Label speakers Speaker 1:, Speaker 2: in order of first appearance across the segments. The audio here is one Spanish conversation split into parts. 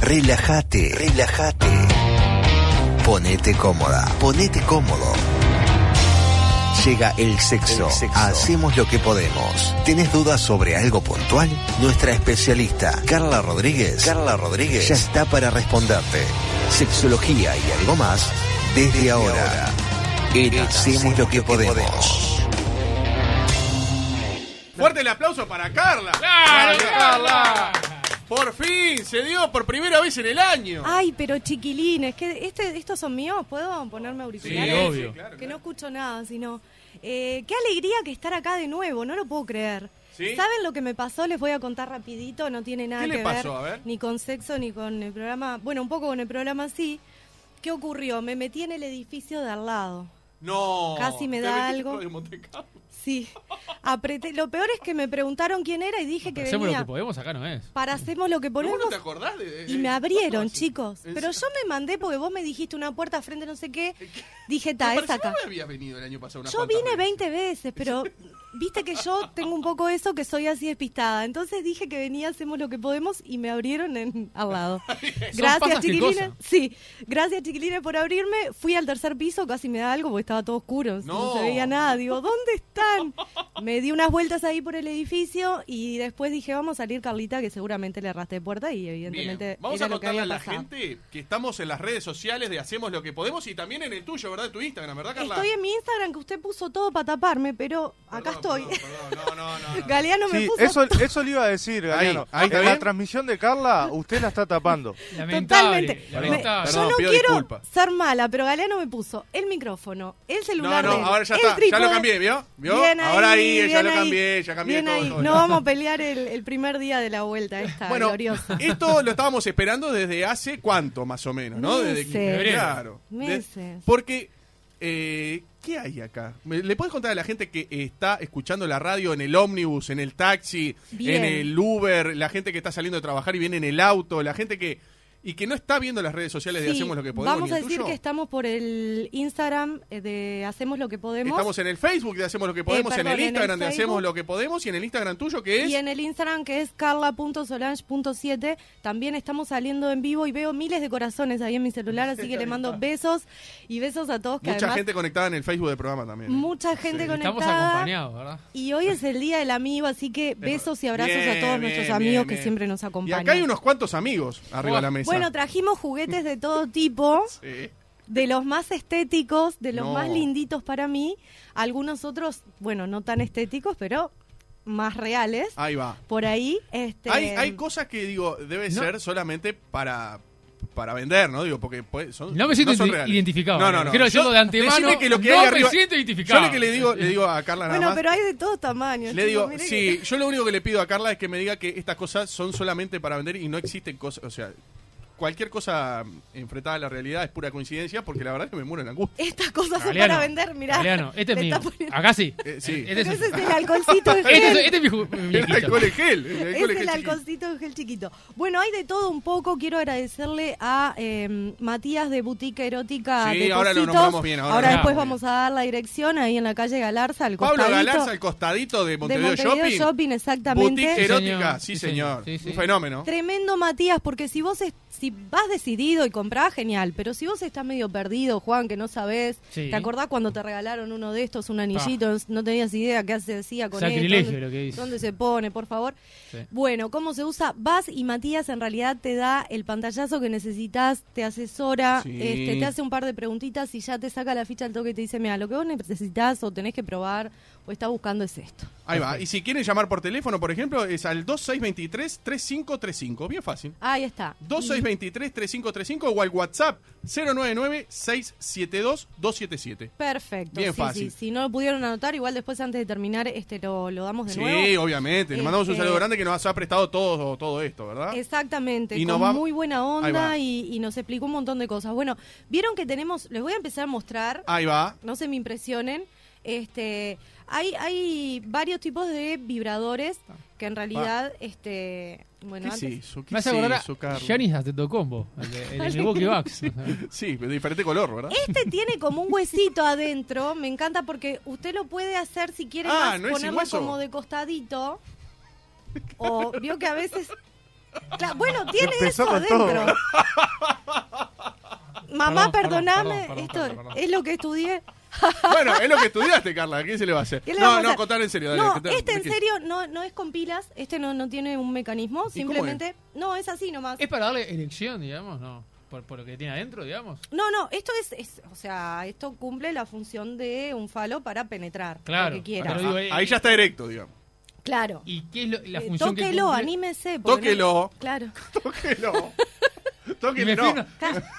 Speaker 1: Relájate, relájate. Ponete cómoda, ponete cómodo. Llega el sexo.
Speaker 2: El sexo.
Speaker 1: Hacemos lo que podemos. ¿Tenés dudas sobre algo puntual? Nuestra especialista, Carla Rodríguez. Carla Rodríguez ya está para responderte. Sexología y algo más desde, ahora. En Hacemos lo que podemos.
Speaker 3: Fuerte el aplauso para Carla.
Speaker 4: ¡Claro,
Speaker 3: Para
Speaker 4: Carla!
Speaker 3: Por fin, se dio por primera vez en el año.
Speaker 5: Ay, pero chiquilines, que este, estos son míos, ¿puedo ponerme auriculares?
Speaker 4: Sí, obvio.
Speaker 3: claro,
Speaker 5: Que
Speaker 3: claro.
Speaker 5: no escucho nada, sino... eh, qué alegría que estar acá de nuevo, no lo puedo creer.
Speaker 3: ¿Sí?
Speaker 5: ¿Saben lo que me pasó? Les voy a contar rapidito, no tiene nada
Speaker 3: ¿Qué le
Speaker 5: que
Speaker 3: pasó? A
Speaker 5: ver,
Speaker 3: ver.
Speaker 5: ni con sexo ni con el programa, bueno, un poco con el programa sí. ¿Qué ocurrió? Me metí en el edificio de al lado.
Speaker 3: No.
Speaker 5: Casi me
Speaker 3: Te
Speaker 5: da
Speaker 3: metiste
Speaker 5: algo.
Speaker 3: con el Monte Carlo.
Speaker 5: Sí. Apreté, lo peor es que me preguntaron quién era y dije que
Speaker 4: Hacemos lo
Speaker 5: venía
Speaker 4: que podemos, acá no es.
Speaker 5: para hacemos lo que
Speaker 3: ¿No, vos
Speaker 5: ponemos
Speaker 3: no te acordás de, de-
Speaker 5: Y me
Speaker 3: de-
Speaker 5: abrieron,
Speaker 3: Eh, ¿Cuándo
Speaker 5: chicos.
Speaker 3: ¿En
Speaker 5: Pero yo
Speaker 3: serio?
Speaker 5: me mandé porque vos me dijiste una puerta frente no sé qué. Dije,
Speaker 3: Me
Speaker 5: ta, es
Speaker 3: pareció que
Speaker 5: acá.
Speaker 3: No había venido el año pasado una
Speaker 5: Yo vine 20 veces, pero viste que yo tengo un poco eso que soy así despistada. Entonces dije que venía, hacemos lo que podemos y me abrieron en, al lado.
Speaker 4: pasas
Speaker 5: Gracias,
Speaker 4: qué
Speaker 5: chiquilines.
Speaker 4: cosa.
Speaker 5: Sí, gracias, chiquilines, por abrirme. Fui al tercer piso, casi me da algo porque estaba todo oscuro.
Speaker 3: No.
Speaker 5: No, se veía nada. Digo, ¿dónde están? Me di unas vueltas ahí por el edificio y después dije, vamos a salir, Carlita, que seguramente le arrastré puerta y evidentemente.
Speaker 3: Bien. Vamos
Speaker 5: era
Speaker 3: a
Speaker 5: lo que
Speaker 3: contarle a
Speaker 5: había
Speaker 3: la
Speaker 5: pasado.
Speaker 3: gente que estamos en las redes sociales de Hacemos lo que podemos y también en el tuyo, ¿verdad? En tu Instagram, ¿verdad, Carla?
Speaker 5: Estoy en mi Instagram que usted puso todo para taparme, pero acá
Speaker 3: Perdón,
Speaker 5: estoy.
Speaker 3: perdón, perdón, no, no, no, no.
Speaker 5: Galeano me
Speaker 2: Sí,
Speaker 5: puso
Speaker 2: eso, eso le iba a decir, Galeano.
Speaker 3: ahí, ¿está
Speaker 2: en
Speaker 3: bien?
Speaker 2: la transmisión de Carla, usted la está tapando.
Speaker 4: Lamentable.
Speaker 5: totalmente.
Speaker 4: Lamentable.
Speaker 5: Me-
Speaker 3: Perdón,
Speaker 5: yo no
Speaker 3: pido
Speaker 5: quiero
Speaker 3: disculpas.
Speaker 5: ser mala, pero Galeano me puso el micrófono, el
Speaker 3: No,
Speaker 5: celular.
Speaker 3: no,
Speaker 5: de él,
Speaker 3: ahora ya
Speaker 5: el
Speaker 3: está, ya lo
Speaker 5: trípode.
Speaker 3: cambié, ¿vio? ¿Vio?
Speaker 5: Bien
Speaker 3: ahora ahí, ya
Speaker 5: bien
Speaker 3: lo
Speaker 5: ahí,
Speaker 3: cambié, ya cambié
Speaker 5: bien
Speaker 3: todo.
Speaker 5: ahí.
Speaker 3: todo.
Speaker 5: No vamos a pelear el, el primer día de la vuelta esta
Speaker 3: Bueno,
Speaker 5: gloriosa.
Speaker 3: esto lo estábamos esperando desde hace cuánto, más o menos, ¿no? Desde
Speaker 5: Meses.
Speaker 3: que- Claro.
Speaker 5: Meses.
Speaker 3: De- porque, eh, ¿qué hay acá? ¿Me- ¿Le puedes contar a la gente que está escuchando la radio en el ómnibus, en el taxi,
Speaker 5: Bien.
Speaker 3: en el Uber, la gente que está saliendo de trabajar y viene en el auto, la gente que. y que no está viendo las redes sociales de
Speaker 5: Sí,
Speaker 3: Hacemos lo que podemos?
Speaker 5: vamos
Speaker 3: ni
Speaker 5: a
Speaker 3: el
Speaker 5: decir
Speaker 3: tuyo?
Speaker 5: que estamos por el Instagram eh, de Hacemos lo que podemos.
Speaker 3: Estamos en el Facebook de Hacemos lo que podemos,
Speaker 5: Eh, perdón,
Speaker 3: en
Speaker 5: en
Speaker 3: el
Speaker 5: el
Speaker 3: Instagram de Hacemos
Speaker 5: Facebook.
Speaker 3: lo que podemos y en el Instagram tuyo que es.
Speaker 5: Y en el Instagram que es carla.solange.7 también estamos saliendo en vivo y veo miles de corazones ahí en mi celular, así que le mando besos y besos a todos que
Speaker 3: Mucha
Speaker 5: además
Speaker 3: gente conectada en el Facebook del programa también. ¿eh?
Speaker 5: mucha gente
Speaker 4: Estamos
Speaker 5: conectada.
Speaker 4: acompañados, ¿verdad?
Speaker 5: Y hoy es el día del amigo, así que besos y abrazos
Speaker 3: Bien,
Speaker 5: a todos
Speaker 3: bien,
Speaker 5: nuestros
Speaker 3: bien,
Speaker 5: amigos
Speaker 3: bien.
Speaker 5: que siempre nos acompañan.
Speaker 3: Y acá hay unos cuantos amigos arriba de la mesa.
Speaker 5: Bueno, trajimos juguetes de todo tipo,
Speaker 3: Sí.
Speaker 5: de los más estéticos, de los
Speaker 3: No.
Speaker 5: más linditos para mí, algunos otros, bueno, no tan estéticos, pero más reales.
Speaker 3: Ahí va.
Speaker 5: Por ahí, este
Speaker 3: Ah. Hay, hay cosas que digo, debe
Speaker 4: No.
Speaker 3: ser solamente para para vender, ¿no? Digo, porque pues, son
Speaker 4: No me siento
Speaker 3: son
Speaker 4: ident-
Speaker 3: reales.
Speaker 4: identificado.
Speaker 3: No, no, no.
Speaker 4: Quiero decirlo
Speaker 3: Yo-
Speaker 4: de antemano,
Speaker 3: decime que lo que
Speaker 4: no
Speaker 3: hay
Speaker 4: me
Speaker 3: arriba-
Speaker 4: siento identificado.
Speaker 3: Yo lo que le digo, le digo a Carla nada
Speaker 5: Bueno,
Speaker 3: más.
Speaker 5: pero hay de todos tamaños.
Speaker 3: le
Speaker 5: chicos,
Speaker 3: digo,
Speaker 5: miren
Speaker 3: sí, yo lo único que le pido a Carla es que me diga que estas cosas son solamente para vender y no existen cosas, o sea, cualquier cosa enfrentada a la realidad es pura coincidencia porque la verdad es que me muero en la angustia.
Speaker 5: que Estas cosas son
Speaker 4: Galeano,
Speaker 5: para vender, mirá.
Speaker 4: Galeano, este es
Speaker 5: Le
Speaker 4: mío.
Speaker 5: está poniendo-
Speaker 4: Acá sí.
Speaker 3: Eh, sí.
Speaker 5: Pero
Speaker 4: Este es,
Speaker 5: ese es
Speaker 4: este
Speaker 5: el alcoholcito de
Speaker 4: es-
Speaker 5: gel.
Speaker 4: este es mi ju- mi
Speaker 3: El
Speaker 4: viejito.
Speaker 3: alcohol en gel, el alcohol en gel
Speaker 5: es el
Speaker 3: chiquito.
Speaker 5: alcoholcito de gel chiquito. Bueno, hay de todo un poco. Quiero agradecerle a eh, Matías de Boutique Erótica.
Speaker 3: Sí,
Speaker 5: de
Speaker 3: ahora lo
Speaker 5: Positos.
Speaker 3: nombramos bien, ahora
Speaker 5: Ahora,
Speaker 3: lo
Speaker 4: nombramos
Speaker 5: después
Speaker 3: bien.
Speaker 5: vamos a dar la dirección ahí en la calle Galarza, al
Speaker 3: Pablo
Speaker 5: costadito
Speaker 3: Galarza, al costadito de
Speaker 5: de
Speaker 3: Montevideo,
Speaker 5: Montevideo Shopping.
Speaker 3: Shopping.
Speaker 5: exactamente.
Speaker 3: Boutique
Speaker 4: Sí,
Speaker 3: erótica,
Speaker 4: señor.
Speaker 3: sí,
Speaker 4: Sí,
Speaker 3: señor.
Speaker 4: señor. Sí, sí.
Speaker 3: Un fenómeno.
Speaker 5: Tremendo Matías, porque si vos es- si vas decidido y comprás, genial, pero si vos estás medio perdido, Juan, que no sabés,
Speaker 4: Sí. Ah.
Speaker 5: ¿te acordás cuando te regalaron uno de estos, un anillito, no tenías idea qué se decía con
Speaker 4: Sacrilegio
Speaker 5: esto, dónde-
Speaker 4: lo que dice.
Speaker 5: dónde se pone, por favor?
Speaker 4: Sí.
Speaker 5: Bueno, ¿cómo se usa? Vas y Matías en realidad te da el pantallazo que necesitas, te asesora,
Speaker 3: Sí.
Speaker 5: este, te hace un par de preguntitas y ya te saca la ficha al toque y te dice, mira, lo que vos necesitas o tenés que probar o estás buscando es esto.
Speaker 3: Ahí va. Y si quieren llamar por teléfono, por ejemplo, es al 2623-3535. Bien fácil.
Speaker 5: Ahí está.
Speaker 3: 2623-3535 o al WhatsApp 099-672-277.
Speaker 5: Perfecto.
Speaker 3: Bien
Speaker 5: sí,
Speaker 3: fácil.
Speaker 5: sí. Si no lo pudieron anotar, igual después antes de terminar este lo, lo damos de
Speaker 3: Sí,
Speaker 5: nuevo.
Speaker 3: obviamente. Le mandamos un
Speaker 5: Este-
Speaker 3: saludo grande que nos ha prestado todo, todo esto, ¿verdad?
Speaker 5: Exactamente,
Speaker 3: Y nos
Speaker 5: con
Speaker 3: va-
Speaker 5: muy buena
Speaker 3: Ahí va.
Speaker 5: onda y, y nos explicó un montón de cosas. Bueno, vieron que tenemos, les voy a empezar a mostrar,
Speaker 3: Ahí va.
Speaker 5: no se me impresionen, este, hay, hay varios tipos de vibradores
Speaker 3: Ah.
Speaker 5: que en realidad, este, bueno,
Speaker 3: ¿Qué
Speaker 5: antes-
Speaker 3: se hizo? ¿Qué
Speaker 4: Me hace
Speaker 3: se
Speaker 4: acordar
Speaker 3: hizo,
Speaker 4: a
Speaker 3: Carlos?
Speaker 4: Giannis Antetokounmpo, el de- el de Milwaukee Bucks.
Speaker 3: Sí, de diferente color, ¿verdad?
Speaker 5: Este tiene como un huesito adentro, me encanta porque usted lo puede hacer si quiere
Speaker 3: Ah,
Speaker 5: más,
Speaker 3: ¿no es sin
Speaker 5: ponerlo
Speaker 3: hueso?
Speaker 5: como de costadito. O vio que a veces Cla- bueno, tiene
Speaker 2: Empezó
Speaker 5: eso
Speaker 2: con todo.
Speaker 5: adentro. Mamá,
Speaker 4: Perdón, perdón,
Speaker 5: perdoname,
Speaker 4: perdón, perdón,
Speaker 5: esto
Speaker 4: Carla, perdón.
Speaker 5: es lo que estudié.
Speaker 3: Bueno, es lo que estudiaste, Carla. ¿Qué se le va a hacer?
Speaker 5: ¿Qué le vamos
Speaker 3: No,
Speaker 5: a
Speaker 3: no,
Speaker 5: hacer?
Speaker 3: contar en serio. dale,
Speaker 5: No,
Speaker 3: contar-
Speaker 5: este en
Speaker 3: ¿qué?
Speaker 5: serio no, no es con pilas, este no, no tiene un mecanismo, simplemente... No, es así nomás.
Speaker 4: Es para darle erección, digamos, ¿no? Por, por lo que tiene adentro, digamos.
Speaker 5: No, no, esto es, es- o sea, esto cumple la función de un falo para penetrar
Speaker 4: Claro,
Speaker 5: lo que quiera.
Speaker 4: pero digo, eh,
Speaker 3: Ah, Ahí ya está directo, digamos.
Speaker 5: Claro.
Speaker 4: ¿Y qué es lo- la
Speaker 5: Eh,
Speaker 4: función que
Speaker 5: tóquelo,
Speaker 4: cumple?
Speaker 5: anímese. porque no-
Speaker 3: Tóquelo.
Speaker 5: Claro.
Speaker 3: Tóquelo.
Speaker 4: Y me
Speaker 3: Tóquelo.
Speaker 4: fui, no.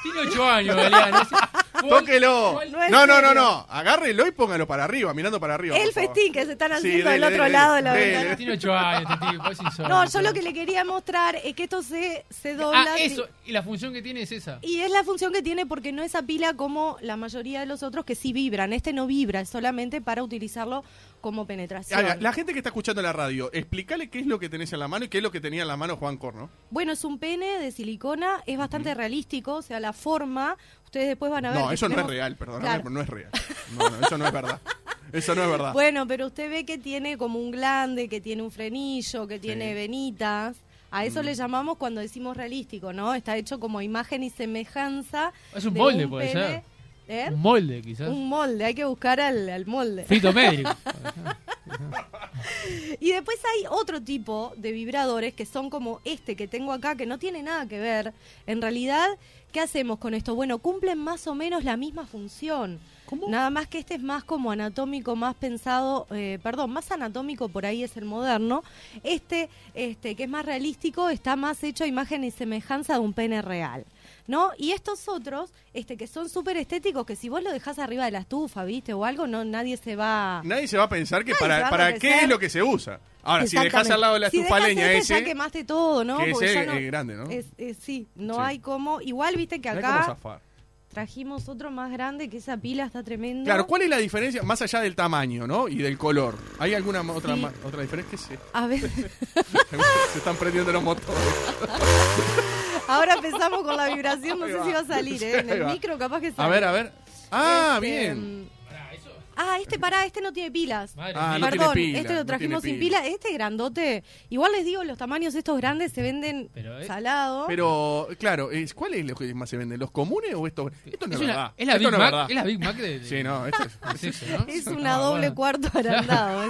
Speaker 4: Tiene ocho años, Galeano. no sé. ¿Cuál-
Speaker 3: Tóquelo.
Speaker 4: cuál-
Speaker 5: No es
Speaker 3: No, no, no,
Speaker 5: serio.
Speaker 3: no. Agárrelo y póngalo para arriba, mirando para arriba.
Speaker 5: El
Speaker 3: por favor.
Speaker 5: festín que se están
Speaker 3: Sí,
Speaker 5: haciendo
Speaker 3: dele,
Speaker 5: del otro
Speaker 3: dele,
Speaker 5: lado de la
Speaker 3: dele.
Speaker 5: ventana.
Speaker 4: Tiene ocho años, este tipo, es insólito.
Speaker 5: No, yo lo que le quería mostrar es que esto se, se dobla.
Speaker 4: Ah,
Speaker 5: así.
Speaker 4: eso. Y la función que tiene es esa.
Speaker 5: Y es la función que tiene porque no es a pila como la mayoría de los otros que sí vibran. Este no vibra, es solamente para utilizarlo como penetración.
Speaker 3: Ahora, la gente que está escuchando la radio, explícale qué es lo que tenés en la mano y qué es lo que tenía en la mano Juan Corno.
Speaker 5: Bueno, es un pene de silicona, es bastante realístico, o sea, la forma, ustedes después van a ver.
Speaker 3: No,
Speaker 5: que
Speaker 3: eso no es
Speaker 5: tenemos-
Speaker 3: real, perdóname,
Speaker 5: Claro.
Speaker 3: pero no es real. No, no, eso no es verdad. Eso no es verdad.
Speaker 5: Bueno, pero usted ve que tiene como un glande, que tiene un frenillo, que tiene venitas. A
Speaker 4: Mm.
Speaker 5: eso le llamamos cuando decimos realístico, ¿no? Está hecho como imagen y semejanza.
Speaker 4: Es un
Speaker 5: de
Speaker 4: molde, puede
Speaker 5: pene.
Speaker 4: ser.
Speaker 5: ¿Eh?
Speaker 4: Un molde, quizás.
Speaker 5: Un molde, hay que buscar al, al molde.
Speaker 4: Frito médico.
Speaker 5: Y después hay otro tipo de vibradores que son como este que tengo acá, que no tiene nada que ver. En realidad, ¿qué hacemos con esto? Bueno, cumplen más o menos la misma función. Nada más que este es más como anatómico, más pensado, eh, perdón, más anatómico por ahí es el moderno. Este, este, que es más realístico, está más hecho a imagen y semejanza de un pene real. ¿No? Y estos otros, este, que son súper estéticos, que si vos lo dejás arriba de la estufa, ¿viste? O algo, no, nadie se va.
Speaker 3: Nadie se va a pensar que
Speaker 5: Nadie se va
Speaker 3: para,
Speaker 5: a
Speaker 3: para
Speaker 5: pensar.
Speaker 3: qué es lo que se usa. Ahora, si dejas
Speaker 5: Exactamente.
Speaker 3: al lado de la
Speaker 5: Si
Speaker 3: estufa
Speaker 5: dejás
Speaker 3: leña
Speaker 5: este,
Speaker 3: ese,
Speaker 5: Ya quemaste todo, ¿no?
Speaker 3: que
Speaker 5: Porque
Speaker 3: ese
Speaker 5: ya
Speaker 3: es
Speaker 5: no-
Speaker 3: grande, ¿no?
Speaker 5: es- eh, sí, no
Speaker 3: Sí.
Speaker 5: hay como. Igual viste que
Speaker 3: No hay cómo
Speaker 5: acá
Speaker 3: zafar.
Speaker 5: trajimos otro más grande, que esa pila está tremenda.
Speaker 3: Claro, ¿cuál es la diferencia más allá del tamaño, ¿no? Y del color. ¿Hay alguna ma- otra
Speaker 5: Sí.
Speaker 3: ma- otra diferencia? Sí.
Speaker 5: A ver,
Speaker 3: se están prendiendo los motores.
Speaker 5: ahora empezamos con la vibración, no
Speaker 3: Ahí
Speaker 5: sé
Speaker 3: va.
Speaker 5: si va a salir, ¿eh? En
Speaker 3: Ahí
Speaker 5: el
Speaker 3: va.
Speaker 5: micro capaz que
Speaker 3: A
Speaker 5: sale.
Speaker 3: ver, a ver. Ah,
Speaker 5: Este,
Speaker 3: bien.
Speaker 5: mm, Ah, este pará, este no tiene pilas.
Speaker 4: Madre
Speaker 3: Ah,
Speaker 4: mía.
Speaker 3: no tiene
Speaker 5: Perdón,
Speaker 3: pila,
Speaker 5: este
Speaker 3: no
Speaker 5: lo trajimos
Speaker 3: tiene
Speaker 5: sin pila. Este grandote, igual les digo, los tamaños estos grandes se venden
Speaker 4: Pero, eh,
Speaker 5: salado.
Speaker 3: Pero, claro, es- ¿cuál es lo que más se vende? ¿Los comunes o estos? Esto no es,
Speaker 4: una-
Speaker 3: verdad.
Speaker 4: es la
Speaker 3: Esto
Speaker 4: Big
Speaker 3: no es
Speaker 4: Mac.
Speaker 3: verdad.
Speaker 4: Es la Big Mac de. de-
Speaker 3: Sí, no, esto es-
Speaker 4: es eso, ¿no?
Speaker 5: Es una
Speaker 4: Ah,
Speaker 5: doble
Speaker 4: bueno.
Speaker 5: cuarto agrandado. es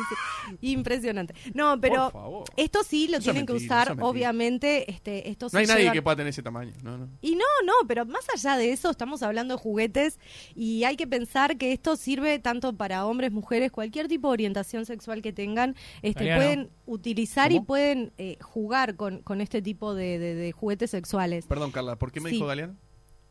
Speaker 5: impresionante. No, pero
Speaker 3: Por favor.
Speaker 5: esto sí lo
Speaker 3: Eso es
Speaker 5: tienen que
Speaker 3: mentira, eso
Speaker 5: usar,
Speaker 3: es mentira.
Speaker 5: obviamente. Este, esto
Speaker 3: No hay
Speaker 5: se
Speaker 3: nadie
Speaker 5: llevan-
Speaker 3: que pueda tener ese tamaño. No, no.
Speaker 5: Y no, no, pero más allá de eso, estamos hablando de juguetes y hay que pensar que esto sirve tanto para hombres, mujeres, cualquier tipo de orientación sexual que tengan, este,
Speaker 4: Mariano.
Speaker 5: pueden utilizar y
Speaker 3: ¿Cómo?
Speaker 5: pueden eh, jugar con, con este tipo de, de- de juguetes sexuales.
Speaker 3: Perdón, Carla, ¿por qué me
Speaker 5: Sí.
Speaker 3: dijo Galeano?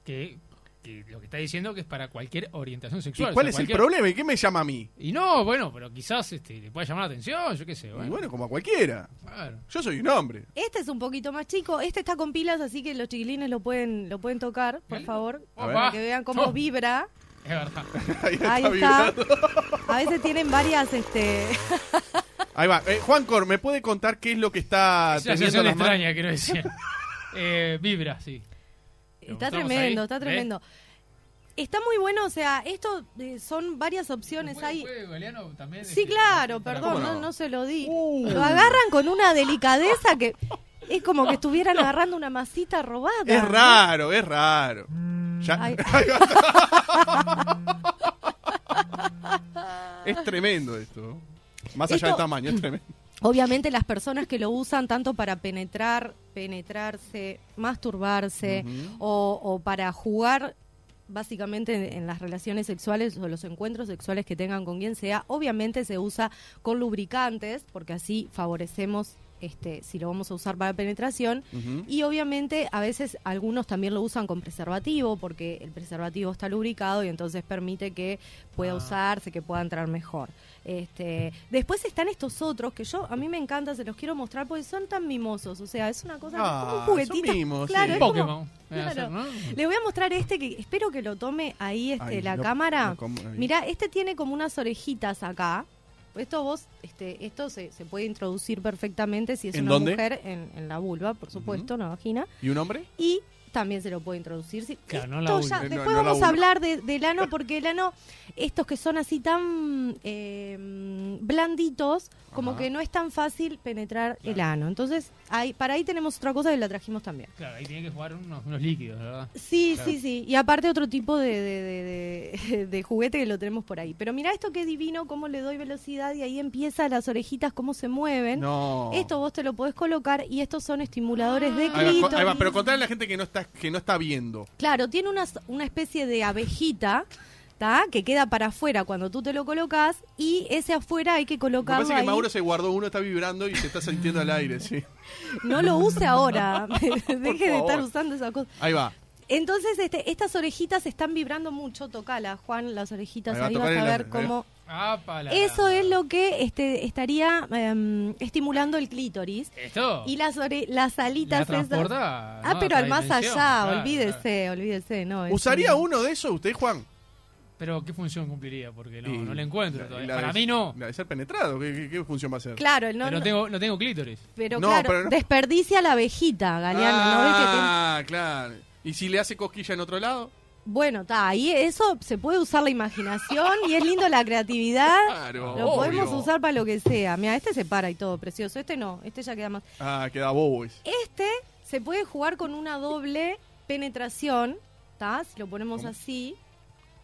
Speaker 4: Que, que lo que está diciendo que es para cualquier orientación
Speaker 3: ¿Y
Speaker 4: sexual.
Speaker 3: cuál
Speaker 4: o
Speaker 3: es
Speaker 4: sea,
Speaker 3: el
Speaker 4: cualquier-
Speaker 3: problema? ¿Y qué me llama a mí?
Speaker 4: Y no, bueno, pero quizás este, le pueda llamar la atención, yo qué sé. Bueno,
Speaker 3: Y bueno, como a cualquiera.
Speaker 4: claro.
Speaker 3: Yo soy un hombre.
Speaker 5: Este es un poquito más chico, este está con pilas, así que los chiquilines lo pueden, lo pueden tocar, por
Speaker 4: Mirá.
Speaker 5: favor,
Speaker 3: A ver.
Speaker 5: para que vean cómo
Speaker 4: Oh.
Speaker 5: vibra.
Speaker 4: Es verdad.
Speaker 3: Ahí está,
Speaker 5: Ahí está.
Speaker 3: vibrando.
Speaker 5: A veces tienen varias, este,
Speaker 3: Ahí va. Eh, Juan Cor, ¿me puede contar qué es lo que está
Speaker 4: Es una
Speaker 3: teniendo en
Speaker 4: sensación
Speaker 3: las manos?
Speaker 4: extraña, quiero decir. Eh, vibra, sí. Lo
Speaker 5: está
Speaker 4: mostramos
Speaker 5: tremendo,
Speaker 4: ahí,
Speaker 5: está
Speaker 4: ¿ves?
Speaker 5: tremendo. Está muy bueno, o sea, esto eh, son varias opciones.
Speaker 4: ¿Puede-
Speaker 5: Hay,
Speaker 4: puede Galeano también,
Speaker 5: Sí,
Speaker 4: este,
Speaker 5: claro,
Speaker 4: para-
Speaker 5: perdón,
Speaker 3: ¿Cómo
Speaker 5: no?
Speaker 3: no?
Speaker 5: no se lo di.
Speaker 3: Uh.
Speaker 5: Lo agarran con una delicadeza que es como que estuvieran agarrando una masita robada.
Speaker 3: Es raro, es raro. Ya-
Speaker 5: Mm. Ay.
Speaker 3: es tremendo esto. Más
Speaker 5: Esto-
Speaker 3: allá del tamaño, es tremendo.
Speaker 5: Obviamente las personas que lo usan tanto para penetrar, penetrarse, masturbarse
Speaker 3: Ujú.
Speaker 5: o, o para jugar básicamente en, en las relaciones sexuales o los encuentros sexuales que tengan con quien sea, obviamente se usa con lubricantes porque así favorecemos este si lo vamos a usar para penetración
Speaker 3: Ujú.
Speaker 5: Y obviamente a veces algunos también lo usan con preservativo porque el preservativo está lubricado y entonces permite que pueda
Speaker 4: Ah.
Speaker 5: usarse, que pueda entrar mejor. Este, después están estos otros que yo a mí me encanta, se los quiero mostrar porque son tan mimosos, o sea, es una cosa
Speaker 3: Ah,
Speaker 5: como un
Speaker 3: son
Speaker 5: juguetito.
Speaker 3: mimos,
Speaker 5: claro,
Speaker 3: sí.
Speaker 5: es como-
Speaker 4: Pokémon. voy
Speaker 5: claro.
Speaker 4: a hacer, ¿no?
Speaker 5: Le voy a mostrar este que espero que lo tome ahí este
Speaker 3: Ahí,
Speaker 5: la
Speaker 3: lo-
Speaker 5: cámara.
Speaker 3: lo como- ahí.
Speaker 5: Mirá, este tiene como unas orejitas acá. Esto vos, este, esto se, se puede introducir perfectamente si es
Speaker 3: ¿En
Speaker 5: una
Speaker 3: dónde?
Speaker 5: mujer en, en la vulva, por supuesto, en la vagina.
Speaker 3: ¿Y un hombre?
Speaker 5: Y también se lo puede introducir. Sí,
Speaker 4: Claro, no la
Speaker 5: esto
Speaker 4: uno.
Speaker 5: ya-
Speaker 3: No, no,
Speaker 5: después
Speaker 3: no la
Speaker 5: vamos
Speaker 3: uno.
Speaker 5: a hablar de- del ano, porque el ano, estos que son así tan eh, blanditos, como
Speaker 3: Ajá.
Speaker 5: que no es tan fácil penetrar el ano. Entonces, ahí, para ahí tenemos otra cosa que la trajimos también.
Speaker 4: Claro, ahí tiene que jugar unos, unos líquidos, ¿verdad?
Speaker 5: Sí,
Speaker 4: Claro.
Speaker 5: sí, sí. Y aparte otro tipo de, de- de- de- de juguete que lo tenemos por ahí. Pero mira esto que divino, cómo le doy velocidad y ahí empieza las orejitas, cómo se mueven.
Speaker 3: No.
Speaker 5: Esto vos te lo podés colocar y estos son estimuladores de
Speaker 3: Ahí va, co-
Speaker 5: clítoris.
Speaker 3: ahí va, pero contale a la gente que no está, que no está viendo.
Speaker 5: Claro, tiene una, una especie de abejita ¿tá? que queda para afuera cuando tú te lo colocas y ese afuera hay que
Speaker 3: Me
Speaker 5: colocarlo
Speaker 3: parece que
Speaker 5: ahí.
Speaker 3: Mauro se guardó uno, está vibrando y se está sintiendo al aire, sí.
Speaker 5: No lo use ahora, deje de estar
Speaker 3: favor.
Speaker 5: usando esa cosa.
Speaker 3: Ahí va.
Speaker 5: Entonces este, estas orejitas están vibrando mucho, tocala Juan, las orejitas,
Speaker 3: Ahí va,
Speaker 5: ahí, vas
Speaker 3: tocale
Speaker 5: a
Speaker 3: la-
Speaker 5: ver
Speaker 3: ahí
Speaker 5: cómo...
Speaker 4: Ah, para.
Speaker 5: Eso es lo que este, estaría em, estimulando el clítoris.
Speaker 4: ¿Esto?
Speaker 5: Y las, ore- las
Speaker 4: la
Speaker 5: alitas esas-
Speaker 4: transporta,
Speaker 5: Ah,
Speaker 4: ¿no?
Speaker 5: pero
Speaker 4: a
Speaker 5: al
Speaker 4: otra
Speaker 5: más allá,
Speaker 4: dimensión, claro,
Speaker 5: olvídese,
Speaker 4: claro.
Speaker 5: olvídese, no. es
Speaker 3: ¿Usaría
Speaker 5: un-
Speaker 3: uno de esos usted, Juan?
Speaker 4: Pero ¿qué función cumpliría? Porque no,
Speaker 3: Y-
Speaker 4: no la encuentro
Speaker 3: y
Speaker 4: todavía.
Speaker 3: la
Speaker 4: Para
Speaker 3: de-
Speaker 4: mí no.
Speaker 3: La de ser penetrado, ¿qué, qué- qué función va a ser?
Speaker 5: Claro, no,
Speaker 4: pero no
Speaker 5: no-
Speaker 4: tengo, no tengo clítoris.
Speaker 5: pero
Speaker 3: No,
Speaker 5: claro,
Speaker 3: pero no-
Speaker 5: desperdicia la abejita, Galeano, ¿no ves que tiene-
Speaker 3: Ah, claro. ¿Y si le hace cosquilla en otro lado?
Speaker 5: Bueno, está, ahí eso se puede usar la imaginación y es lindo la creatividad.
Speaker 3: Claro.
Speaker 5: Lo podemos
Speaker 3: obvio.
Speaker 5: usar para lo que sea. Mira, este se para y todo, precioso. Este no, este ya queda más.
Speaker 3: Ah, queda bobo ese.
Speaker 5: Este se puede jugar con una doble penetración, ¿tá? Si lo ponemos
Speaker 3: ¿Cómo?
Speaker 5: así.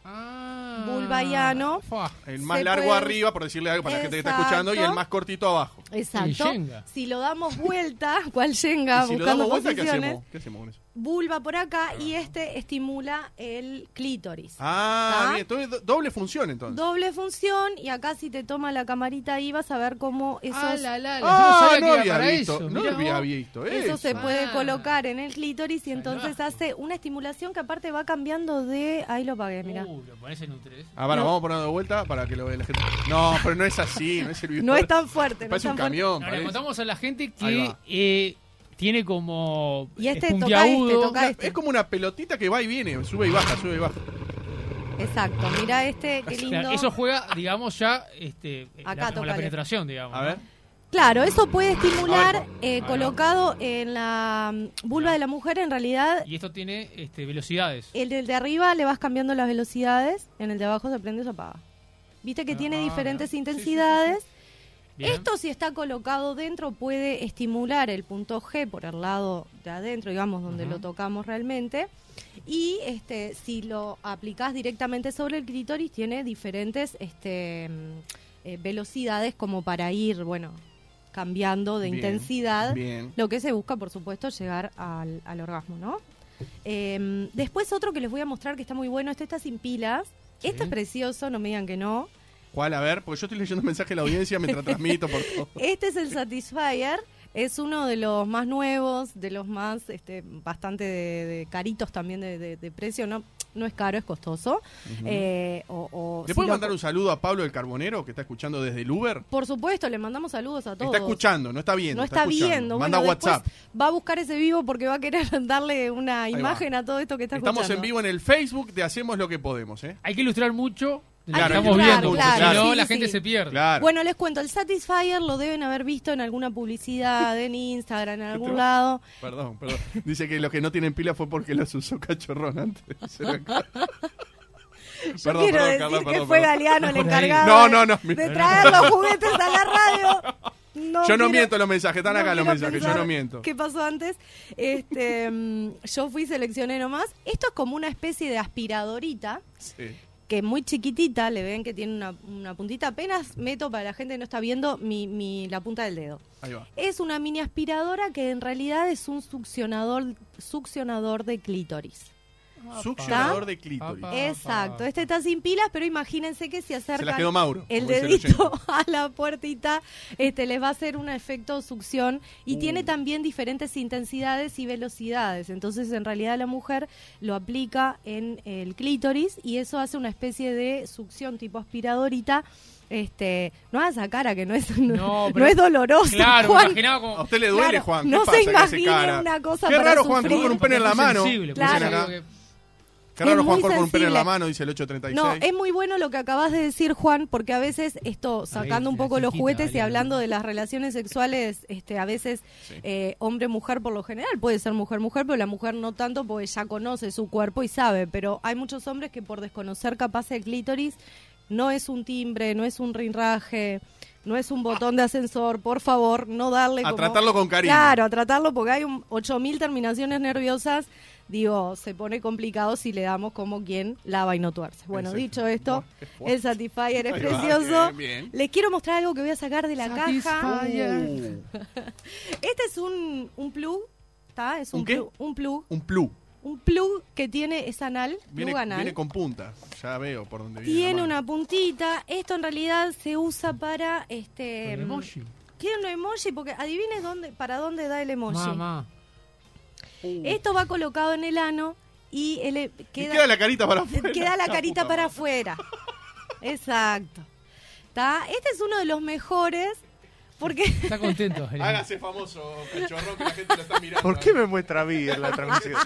Speaker 4: Ah.
Speaker 5: Vulva y ano.
Speaker 4: Fuá.
Speaker 3: El más
Speaker 5: Se
Speaker 3: largo
Speaker 5: puede-
Speaker 3: arriba, por decirle algo para la gente que está
Speaker 5: Exacto.
Speaker 3: escuchando, y el más cortito abajo.
Speaker 5: Exacto.
Speaker 4: Y Jenga.
Speaker 5: Si lo damos vuelta, cual Jenga,
Speaker 3: Y si lo
Speaker 5: buscando
Speaker 3: damos vuelta, ¿qué
Speaker 5: posiciones,
Speaker 3: hacemos? Ah. ¿Qué hacemos con eso?
Speaker 5: vulva por acá y este estimula el clítoris.
Speaker 3: Ah,
Speaker 5: ¿Está?
Speaker 3: bien, entonces do- doble función entonces.
Speaker 5: Doble función y acá si te toma la camarita ahí vas a ver cómo esos,
Speaker 4: Ah, la, la, la. Yo
Speaker 3: Ah,
Speaker 4: sabía que
Speaker 3: no
Speaker 4: era
Speaker 3: había
Speaker 4: para
Speaker 3: visto,
Speaker 4: eso.
Speaker 3: no
Speaker 4: Mirá
Speaker 3: había
Speaker 4: vos.
Speaker 3: visto
Speaker 5: eso
Speaker 3: eso.
Speaker 5: se puede
Speaker 4: Ah.
Speaker 5: colocar en el clítoris y entonces
Speaker 4: Salvaje.
Speaker 5: hace una estimulación que aparte va cambiando de... Ahí lo pagué, mira.
Speaker 4: Uh, lo ponés en un 3.
Speaker 3: Ah, bueno,
Speaker 5: No.
Speaker 3: vamos a ponerlo de vuelta para que lo vea la gente. No, pero no es así, no es el
Speaker 5: No es tan fuerte, no es
Speaker 3: Parece
Speaker 5: tan
Speaker 3: un
Speaker 5: fuerte.
Speaker 3: camión,
Speaker 4: No, le
Speaker 3: parece.
Speaker 4: contamos a la gente
Speaker 3: Ahí
Speaker 4: que
Speaker 3: va.
Speaker 4: eh, tiene como.
Speaker 5: Y este,
Speaker 4: es
Speaker 5: toca
Speaker 4: puntiagudo.
Speaker 5: este, toca
Speaker 3: Una-
Speaker 5: este.
Speaker 3: Es como una pelotita que va y viene, sube y baja, sube y baja.
Speaker 5: Exacto, mira este, qué
Speaker 4: O sea,
Speaker 5: lindo.
Speaker 4: Eso juega, digamos, ya este,
Speaker 5: Acá,
Speaker 4: la, como la
Speaker 5: tocale.
Speaker 4: penetración, digamos.
Speaker 3: A ver.
Speaker 5: Claro, eso puede
Speaker 4: Ah,
Speaker 5: estimular
Speaker 3: A ver,
Speaker 5: eh,
Speaker 4: ahí va.
Speaker 5: colocado en la mm, vulva de la mujer. En realidad,
Speaker 4: Y esto tiene este, velocidades.
Speaker 5: el del de arriba le vas cambiando las velocidades, en el de abajo se prende o se apaga. Viste que
Speaker 4: Ah,
Speaker 5: tiene
Speaker 4: mira.
Speaker 5: diferentes
Speaker 4: Sí, sí, sí, sí.
Speaker 5: intensidades.
Speaker 4: Bien.
Speaker 5: Esto si está colocado dentro puede estimular el punto G por el lado de adentro, digamos, donde
Speaker 4: Ajá.
Speaker 5: lo tocamos realmente. Y este, si lo aplicás directamente sobre el clítoris tiene diferentes este, mm, eh, velocidades como para ir, bueno, cambiando de
Speaker 3: Bien,
Speaker 5: intensidad.
Speaker 3: Bien.
Speaker 5: Lo que se busca, por supuesto, llegar al, al orgasmo, ¿no? Eh, después otro que les voy a mostrar que está muy bueno, este está sin pilas. Este
Speaker 4: Sí.
Speaker 5: es precioso, no me digan que no.
Speaker 3: ¿Cuál? A ver, porque yo estoy leyendo mensajes de la audiencia mientras transmito por todo.
Speaker 5: Este es el Satisfyer. Es uno de los más nuevos, de los más, este, bastante de, de caritos también de, de- de precio. No, no es caro, es costoso. Eh, o, o
Speaker 3: ¿Le
Speaker 5: si
Speaker 3: puedo
Speaker 5: lo-
Speaker 3: mandar un saludo a Pablo el Carbonero que está escuchando desde el Uber?
Speaker 5: Por supuesto, le mandamos saludos a todos.
Speaker 3: Está escuchando, no está viendo.
Speaker 5: No está,
Speaker 3: escuchando.
Speaker 5: viendo.
Speaker 3: Manda
Speaker 5: Bueno, después
Speaker 3: WhatsApp.
Speaker 5: Va a buscar ese vivo porque va a querer darle una
Speaker 3: va.
Speaker 5: imagen a todo esto que está
Speaker 3: Estamos en
Speaker 5: escuchando.
Speaker 3: vivo en el Facebook de Hacemos lo que podemos, ¿eh?
Speaker 4: Hay que ilustrar mucho de lo
Speaker 3: Claro,
Speaker 4: que estamos
Speaker 3: ilustrar,
Speaker 4: viendo, porque
Speaker 3: claro,
Speaker 4: si no,
Speaker 5: sí,
Speaker 4: la
Speaker 5: sí.
Speaker 4: gente se pierde.
Speaker 3: Claro.
Speaker 5: Bueno, les cuento, el Satisfyer lo deben haber visto en alguna publicidad, en Instagram, en algún
Speaker 3: va-
Speaker 5: lado.
Speaker 3: Perdón, perdón. Dice que los que no tienen pila fue porque las usó cachorrón antes. de hacer acá.
Speaker 5: Yo quiero decir que fue Galeano el
Speaker 4: Por ahí.
Speaker 5: encargado
Speaker 3: No,
Speaker 5: de-
Speaker 3: no, no,
Speaker 5: de,
Speaker 3: mira.
Speaker 5: traer los juguetes a la radio.
Speaker 3: Yo no
Speaker 5: quiero-
Speaker 3: miento los mensajes, están
Speaker 5: no
Speaker 3: acá los
Speaker 5: quiero
Speaker 3: mensajes, yo
Speaker 5: pensar
Speaker 3: no miento.
Speaker 5: ¿Qué pasó antes? Este, mm, yo fui seleccioné nomás. Esto es como una especie de aspiradorita
Speaker 3: Sí.
Speaker 5: que es muy chiquitita, le ven que tiene una, una puntita, apenas meto para la gente que no está viendo mi, mi, la punta del dedo.
Speaker 3: Ahí va.
Speaker 5: Es una mini aspiradora que en realidad es un succionador, succionador de clítoris.
Speaker 3: Succionador de clítoris.
Speaker 4: Apa.
Speaker 5: Exacto, este está sin pilas, pero imagínense que si
Speaker 3: Se las
Speaker 5: acercan
Speaker 3: quedó Mauro.
Speaker 5: el
Speaker 3: como dice
Speaker 5: dedito
Speaker 3: oyente.
Speaker 5: a la puertita, este les va a hacer un efecto succión y
Speaker 3: Uh.
Speaker 5: tiene también diferentes intensidades y velocidades. Entonces, en realidad la mujer lo aplica en el clítoris y eso hace una especie de succión tipo aspiradorita. Este, no hagas esa cara que no es no,
Speaker 4: No, pero-
Speaker 5: es dolorosa.
Speaker 4: Claro, me
Speaker 5: Juan.
Speaker 4: imaginaba
Speaker 3: A
Speaker 4: como.
Speaker 3: usted le duele,
Speaker 5: Claro,
Speaker 3: Juan. ¿Qué
Speaker 5: no
Speaker 3: pasa
Speaker 5: se
Speaker 3: que hace
Speaker 5: imaginen
Speaker 3: cara?
Speaker 5: una cosa
Speaker 3: Qué
Speaker 5: para
Speaker 3: raro, Juan, tú
Speaker 5: sufrir.
Speaker 3: con un pene en la mano.
Speaker 4: Sensible,
Speaker 5: Claro.
Speaker 3: Dicen acá.
Speaker 4: porque-
Speaker 3: Qué raro
Speaker 5: es
Speaker 3: Juan
Speaker 5: muy
Speaker 3: Corp con un pelo en la
Speaker 5: sensible.
Speaker 3: mano, dice el 836.
Speaker 5: No, es muy bueno lo que acabas de decir, Juan, porque a veces esto, sacando un
Speaker 4: la
Speaker 5: poco los
Speaker 4: chiquita,
Speaker 5: juguetes y
Speaker 4: dale,
Speaker 5: hablando
Speaker 4: dale.
Speaker 5: de las relaciones sexuales, este, a veces
Speaker 3: Sí.
Speaker 5: eh, hombre-mujer por lo general puede ser mujer-mujer, pero la mujer no tanto porque ya conoce su cuerpo y sabe, pero hay muchos hombres que por desconocer capaz el clítoris no es un timbre, no es un rinraje, no es un botón de ascensor, por favor, no darle
Speaker 3: a
Speaker 5: como-
Speaker 3: tratarlo con cariño.
Speaker 5: Claro, a tratarlo porque hay un 8000 terminaciones nerviosas. Digo, se pone complicado si le damos como quien lava y no tuerce. Bueno,
Speaker 3: Exacto.
Speaker 5: dicho esto,
Speaker 3: Buah, qué fuerte.
Speaker 5: el Satisfyer es
Speaker 3: Ahí va,
Speaker 5: precioso.
Speaker 3: bien, bien.
Speaker 5: Les quiero mostrar algo que voy a sacar de la caja.
Speaker 3: Uh,
Speaker 5: Este es un, un plug, ¿está? Es
Speaker 3: ¿Un
Speaker 5: un,
Speaker 3: qué?
Speaker 5: plug, un plug.
Speaker 3: un plu.
Speaker 5: Un plug que tiene, es anal,
Speaker 3: Viene,
Speaker 5: plug anal.
Speaker 3: viene con punta. Ya veo por dónde viene.
Speaker 5: tiene
Speaker 3: la mano.
Speaker 5: una puntita. Esto en realidad se usa para este.
Speaker 4: Con emoji.
Speaker 5: Tiene un emoji porque adivines dónde, para dónde da el emoji.
Speaker 4: Mamá.
Speaker 5: Esto va colocado en el ano y el- eh,
Speaker 3: Y
Speaker 5: queda,
Speaker 3: queda la carita para
Speaker 5: queda la,
Speaker 3: afuera.
Speaker 5: carita
Speaker 3: puta
Speaker 5: para
Speaker 3: madre.
Speaker 5: afuera. Exacto. ¿Tá? Este es uno de los mejores porque
Speaker 4: Está contento. El,
Speaker 3: Hágase famoso, cachorro, que la gente lo está mirando.
Speaker 2: ¿Por qué me muestra a mí en la transmisión?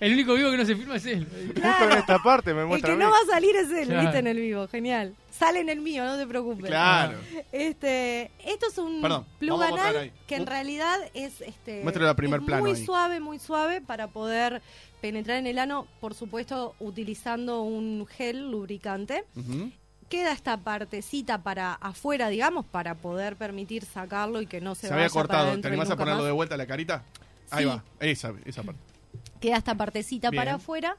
Speaker 4: el único vivo que no se firma es él.
Speaker 2: Justo en esta parte me
Speaker 5: el
Speaker 2: muestra
Speaker 5: que
Speaker 2: a mí.
Speaker 5: no va a salir es él,
Speaker 4: Claro.
Speaker 5: viste, en el vivo. Genial. Sale en el mío, no te preocupes.
Speaker 3: Claro.
Speaker 5: Este, esto es un
Speaker 3: Perdón,
Speaker 5: plug
Speaker 3: vamos a botar
Speaker 5: anal
Speaker 3: ahí.
Speaker 5: que en
Speaker 3: Un-
Speaker 5: realidad es este
Speaker 3: Muéstrale la primer
Speaker 5: es
Speaker 3: plano
Speaker 5: muy
Speaker 3: ahí.
Speaker 5: suave, muy suave para poder penetrar en el ano, por supuesto, utilizando un gel lubricante.
Speaker 3: Ujú.
Speaker 5: queda esta partecita para afuera, digamos, para poder permitir sacarlo y que no
Speaker 3: Se,
Speaker 5: se, vaya
Speaker 3: había
Speaker 5: para
Speaker 3: cortado. ¿Te
Speaker 5: adentro
Speaker 3: animás
Speaker 5: nunca
Speaker 3: a ponerlo
Speaker 5: más.
Speaker 3: de vuelta la carita? Ahí
Speaker 5: Sí.
Speaker 3: va. Esa, esa parte.
Speaker 5: Queda esta partecita
Speaker 3: Bien.
Speaker 5: para afuera,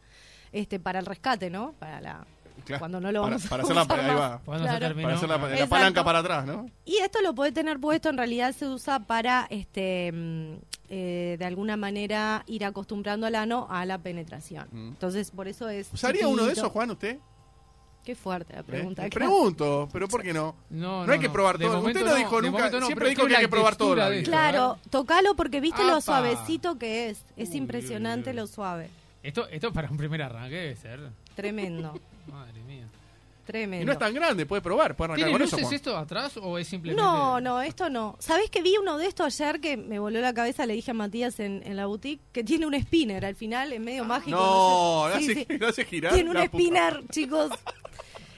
Speaker 5: este, para el rescate, ¿no? Para la
Speaker 3: Claro.
Speaker 5: cuando no lo
Speaker 3: Para-
Speaker 5: vamos
Speaker 3: para
Speaker 5: a
Speaker 3: hacer la-
Speaker 5: usar
Speaker 3: ahí
Speaker 5: más.
Speaker 3: va.
Speaker 4: Cuando se
Speaker 5: Claro.
Speaker 4: terminó.
Speaker 3: Para hacer la, la
Speaker 5: Exacto.
Speaker 3: palanca para atrás, ¿no?
Speaker 5: Y esto lo puede tener puesto, en realidad se usa para, este, mm, eh, de alguna manera, ir acostumbrando al ano a la penetración.
Speaker 3: Mm.
Speaker 5: Entonces, por eso es.
Speaker 3: ¿Usaría uno de
Speaker 5: chiquito.
Speaker 3: esos, Juan, usted?
Speaker 5: Qué fuerte la
Speaker 3: ¿Eh?
Speaker 5: pregunta. claro.
Speaker 3: Pregunto, pero ¿por qué no?
Speaker 4: No,
Speaker 3: No,
Speaker 4: no,
Speaker 3: hay que
Speaker 4: no.
Speaker 3: probar
Speaker 4: De
Speaker 3: todo. Usted
Speaker 4: momento
Speaker 3: no
Speaker 4: no,
Speaker 3: dijo
Speaker 4: de
Speaker 3: nunca,
Speaker 4: momento no,
Speaker 3: siempre
Speaker 4: pero
Speaker 3: dijo que hay
Speaker 4: tiene
Speaker 3: que
Speaker 4: la
Speaker 3: probar todo.
Speaker 4: textura
Speaker 3: la
Speaker 4: de
Speaker 3: vida.
Speaker 4: esto.
Speaker 5: Claro, tocalo porque viste
Speaker 3: Apa.
Speaker 5: lo suavecito que es. Es
Speaker 4: Uy,
Speaker 5: impresionante
Speaker 4: uy, uy.
Speaker 5: lo suave.
Speaker 4: Esto, esto para un primer arranque debe ser.
Speaker 5: Tremendo,
Speaker 4: Madre mía.
Speaker 5: tremendo.
Speaker 3: Y no es tan grande, puede probar, puede arrancar
Speaker 4: ¿Tiene
Speaker 3: con eso.
Speaker 4: luces
Speaker 3: Juan.
Speaker 4: esto atrás o es simplemente.?
Speaker 5: No, no, esto no. ¿Sabés que vi uno de estos ayer que me voló la cabeza? Le dije a Matías en, en la boutique que tiene un spinner al final, en medio mágico.
Speaker 3: Ah. No, lo
Speaker 5: sé. Sí,
Speaker 3: hace,
Speaker 5: sí.
Speaker 3: lo hace girar.
Speaker 5: Tiene un
Speaker 3: la puta.
Speaker 5: spinner, chicos.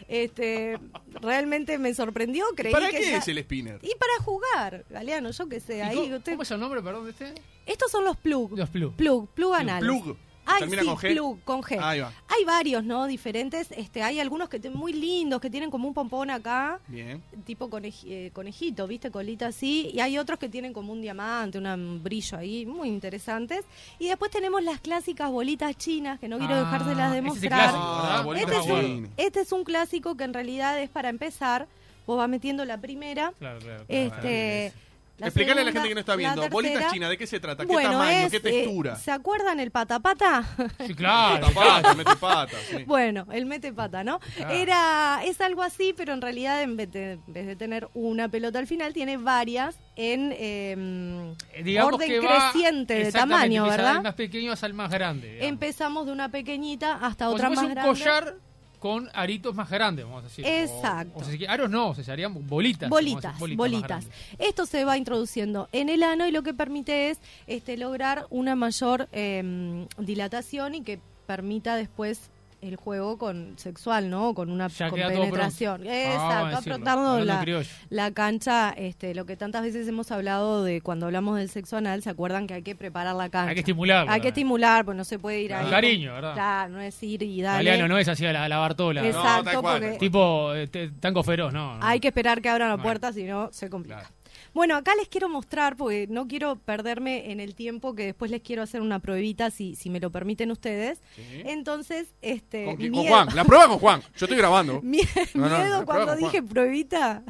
Speaker 5: Este, realmente me sorprendió, creí
Speaker 3: ¿Para
Speaker 5: que
Speaker 3: qué
Speaker 5: ya-
Speaker 3: es el spinner?
Speaker 5: Y para jugar, Galeano, yo qué
Speaker 4: ¿Y
Speaker 5: sé,
Speaker 4: co-
Speaker 5: ahí
Speaker 4: ¿Cómo,
Speaker 5: usted-
Speaker 4: es el nombre, perdón, de este?
Speaker 5: Estos son los plug.
Speaker 4: Los Plug.
Speaker 5: Plug, plug anal.
Speaker 3: Plug.
Speaker 5: Ay,
Speaker 3: Termina
Speaker 5: sí,
Speaker 3: con G.
Speaker 5: plug, con G.
Speaker 3: Ahí va.
Speaker 5: Hay varios, ¿no? Diferentes. Este, hay algunos que tienen muy lindos, que tienen como un pompón acá,
Speaker 3: Bien.
Speaker 5: tipo conej- eh, conejito, ¿viste? Colita así. Y hay otros que tienen como un diamante, una- un brillo ahí, muy interesantes. Y después tenemos las clásicas bolitas chinas, que no quiero
Speaker 4: Ah,
Speaker 5: dejárselas
Speaker 4: ese es el
Speaker 5: demostrar.
Speaker 4: clásico,
Speaker 3: Ah,
Speaker 4: ¿verdad?
Speaker 3: bolitas
Speaker 5: este, es
Speaker 3: chinas.
Speaker 5: un, este es un clásico que en realidad es para empezar. Vos vas metiendo la primera.
Speaker 4: Claro, claro. claro.
Speaker 5: Este. la
Speaker 3: Explicale a la
Speaker 5: segunda,
Speaker 3: gente que no está
Speaker 5: la
Speaker 3: viendo. Bolitas
Speaker 5: tercera.
Speaker 3: chinas, ¿de qué se trata? ¿Qué
Speaker 5: Bueno,
Speaker 3: tamaño?
Speaker 5: es,
Speaker 3: ¿Qué
Speaker 5: eh,
Speaker 3: textura?
Speaker 5: ¿Se acuerdan el patapata?
Speaker 4: Sí, claro.
Speaker 3: Mete pata, mete pata. sí.
Speaker 5: Bueno, el mete pata, ¿no?
Speaker 4: Ah.
Speaker 5: Era, es algo así, pero en realidad en vez de, en vez de tener una pelota al final, tiene varias en eh,
Speaker 4: Eh, Digamos
Speaker 5: orden
Speaker 4: que va
Speaker 5: creciente de
Speaker 4: exactamente,
Speaker 5: tamaño,
Speaker 4: empieza
Speaker 5: ¿verdad?
Speaker 4: Del más pequeño hasta el más grande. digamos.
Speaker 5: Empezamos de una pequeñita hasta
Speaker 4: Como
Speaker 5: otra
Speaker 4: si fuese
Speaker 5: más
Speaker 4: un
Speaker 5: grande.
Speaker 4: collar con aritos más grandes, vamos a decir. O-
Speaker 5: Exacto.
Speaker 4: o sea, que aros no, se harían bolitas.
Speaker 5: Bolitas,
Speaker 4: vamos a decir,
Speaker 5: bolitas.
Speaker 4: más grandes.
Speaker 5: Esto se va introduciendo en el ano y lo que permite es este, lograr una mayor eh, dilatación y que permita después el juego con sexual, ¿no? Con una
Speaker 4: Ya
Speaker 5: con
Speaker 4: queda todo pronto.
Speaker 5: penetración.
Speaker 4: Ah, vamos
Speaker 5: Exacto,
Speaker 4: a decirlo,
Speaker 5: apretando
Speaker 4: hablando
Speaker 5: la,
Speaker 4: criollo.
Speaker 5: la cancha, este, lo que tantas veces hemos hablado de cuando hablamos del sexo anal, ¿se acuerdan que hay que preparar la cancha?
Speaker 4: Hay que estimularlo,
Speaker 5: Hay que
Speaker 4: ¿verdad?
Speaker 5: estimular, pues no se puede ir
Speaker 4: Con
Speaker 5: ahí.
Speaker 4: cariño, ¿verdad?
Speaker 5: Claro, no es ir y dale.
Speaker 4: Galeano no es así a la, a la Bartola.
Speaker 3: Es- No,
Speaker 5: Exacto,
Speaker 3: tal cual,
Speaker 5: porque
Speaker 3: tal
Speaker 4: Tipo eh, te- tango feroz, no. no.
Speaker 5: hay que esperar que abran la
Speaker 4: Bueno.
Speaker 5: puerta, si no se complica.
Speaker 3: Claro.
Speaker 5: Bueno, acá les quiero mostrar, porque no quiero perderme en el tiempo, que después les quiero hacer una pruebita, si, si me lo permiten ustedes.
Speaker 3: Sí.
Speaker 5: Entonces, este...
Speaker 3: ¿Con, quién? Con
Speaker 5: miedo-
Speaker 3: Juan. La prueba con Juan. Yo estoy grabando.
Speaker 5: Mie-
Speaker 3: No, no,
Speaker 5: miedo
Speaker 3: la prueba
Speaker 5: cuando
Speaker 3: con Juan.
Speaker 5: dije pruebita.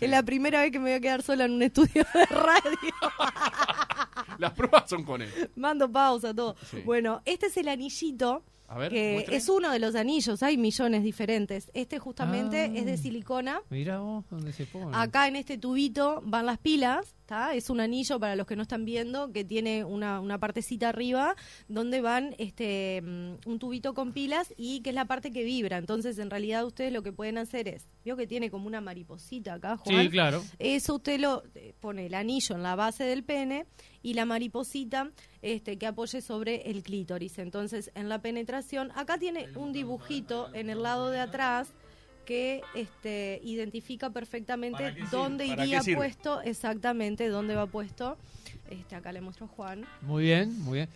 Speaker 5: Es la primera vez que me voy a quedar sola en un estudio de radio.
Speaker 3: Las pruebas son con él.
Speaker 5: Mando pausa, todo.
Speaker 3: Sí.
Speaker 5: Bueno, este es el anillito.
Speaker 3: A ver,
Speaker 5: que
Speaker 3: muestre.
Speaker 5: es uno de los anillos, hay millones diferentes. Este justamente
Speaker 4: Ah.
Speaker 5: es de silicona.
Speaker 4: Mirá vos dónde se pone.
Speaker 5: Acá en este tubito van las pilas ¿tá? Es un anillo para los que no están viendo que tiene una, una partecita arriba donde van este mm, un tubito con pilas y que es la parte que vibra. Entonces, en realidad, ustedes lo que pueden hacer es, vio que tiene como una mariposita acá, Juan.
Speaker 4: Sí, claro.
Speaker 5: Eso usted lo eh, pone el anillo en la base del pene y la mariposita este, que apoye sobre el clítoris. Entonces, en la penetración, acá tiene un dibujito en el lado de atrás que este, identifica
Speaker 3: ¿Para
Speaker 5: perfectamente
Speaker 3: qué sirve?
Speaker 5: dónde
Speaker 3: ¿Para
Speaker 5: iría
Speaker 3: qué sirve?
Speaker 5: puesto, exactamente dónde va puesto. Este, acá le muestro a Juan.
Speaker 4: Muy bien, muy bien.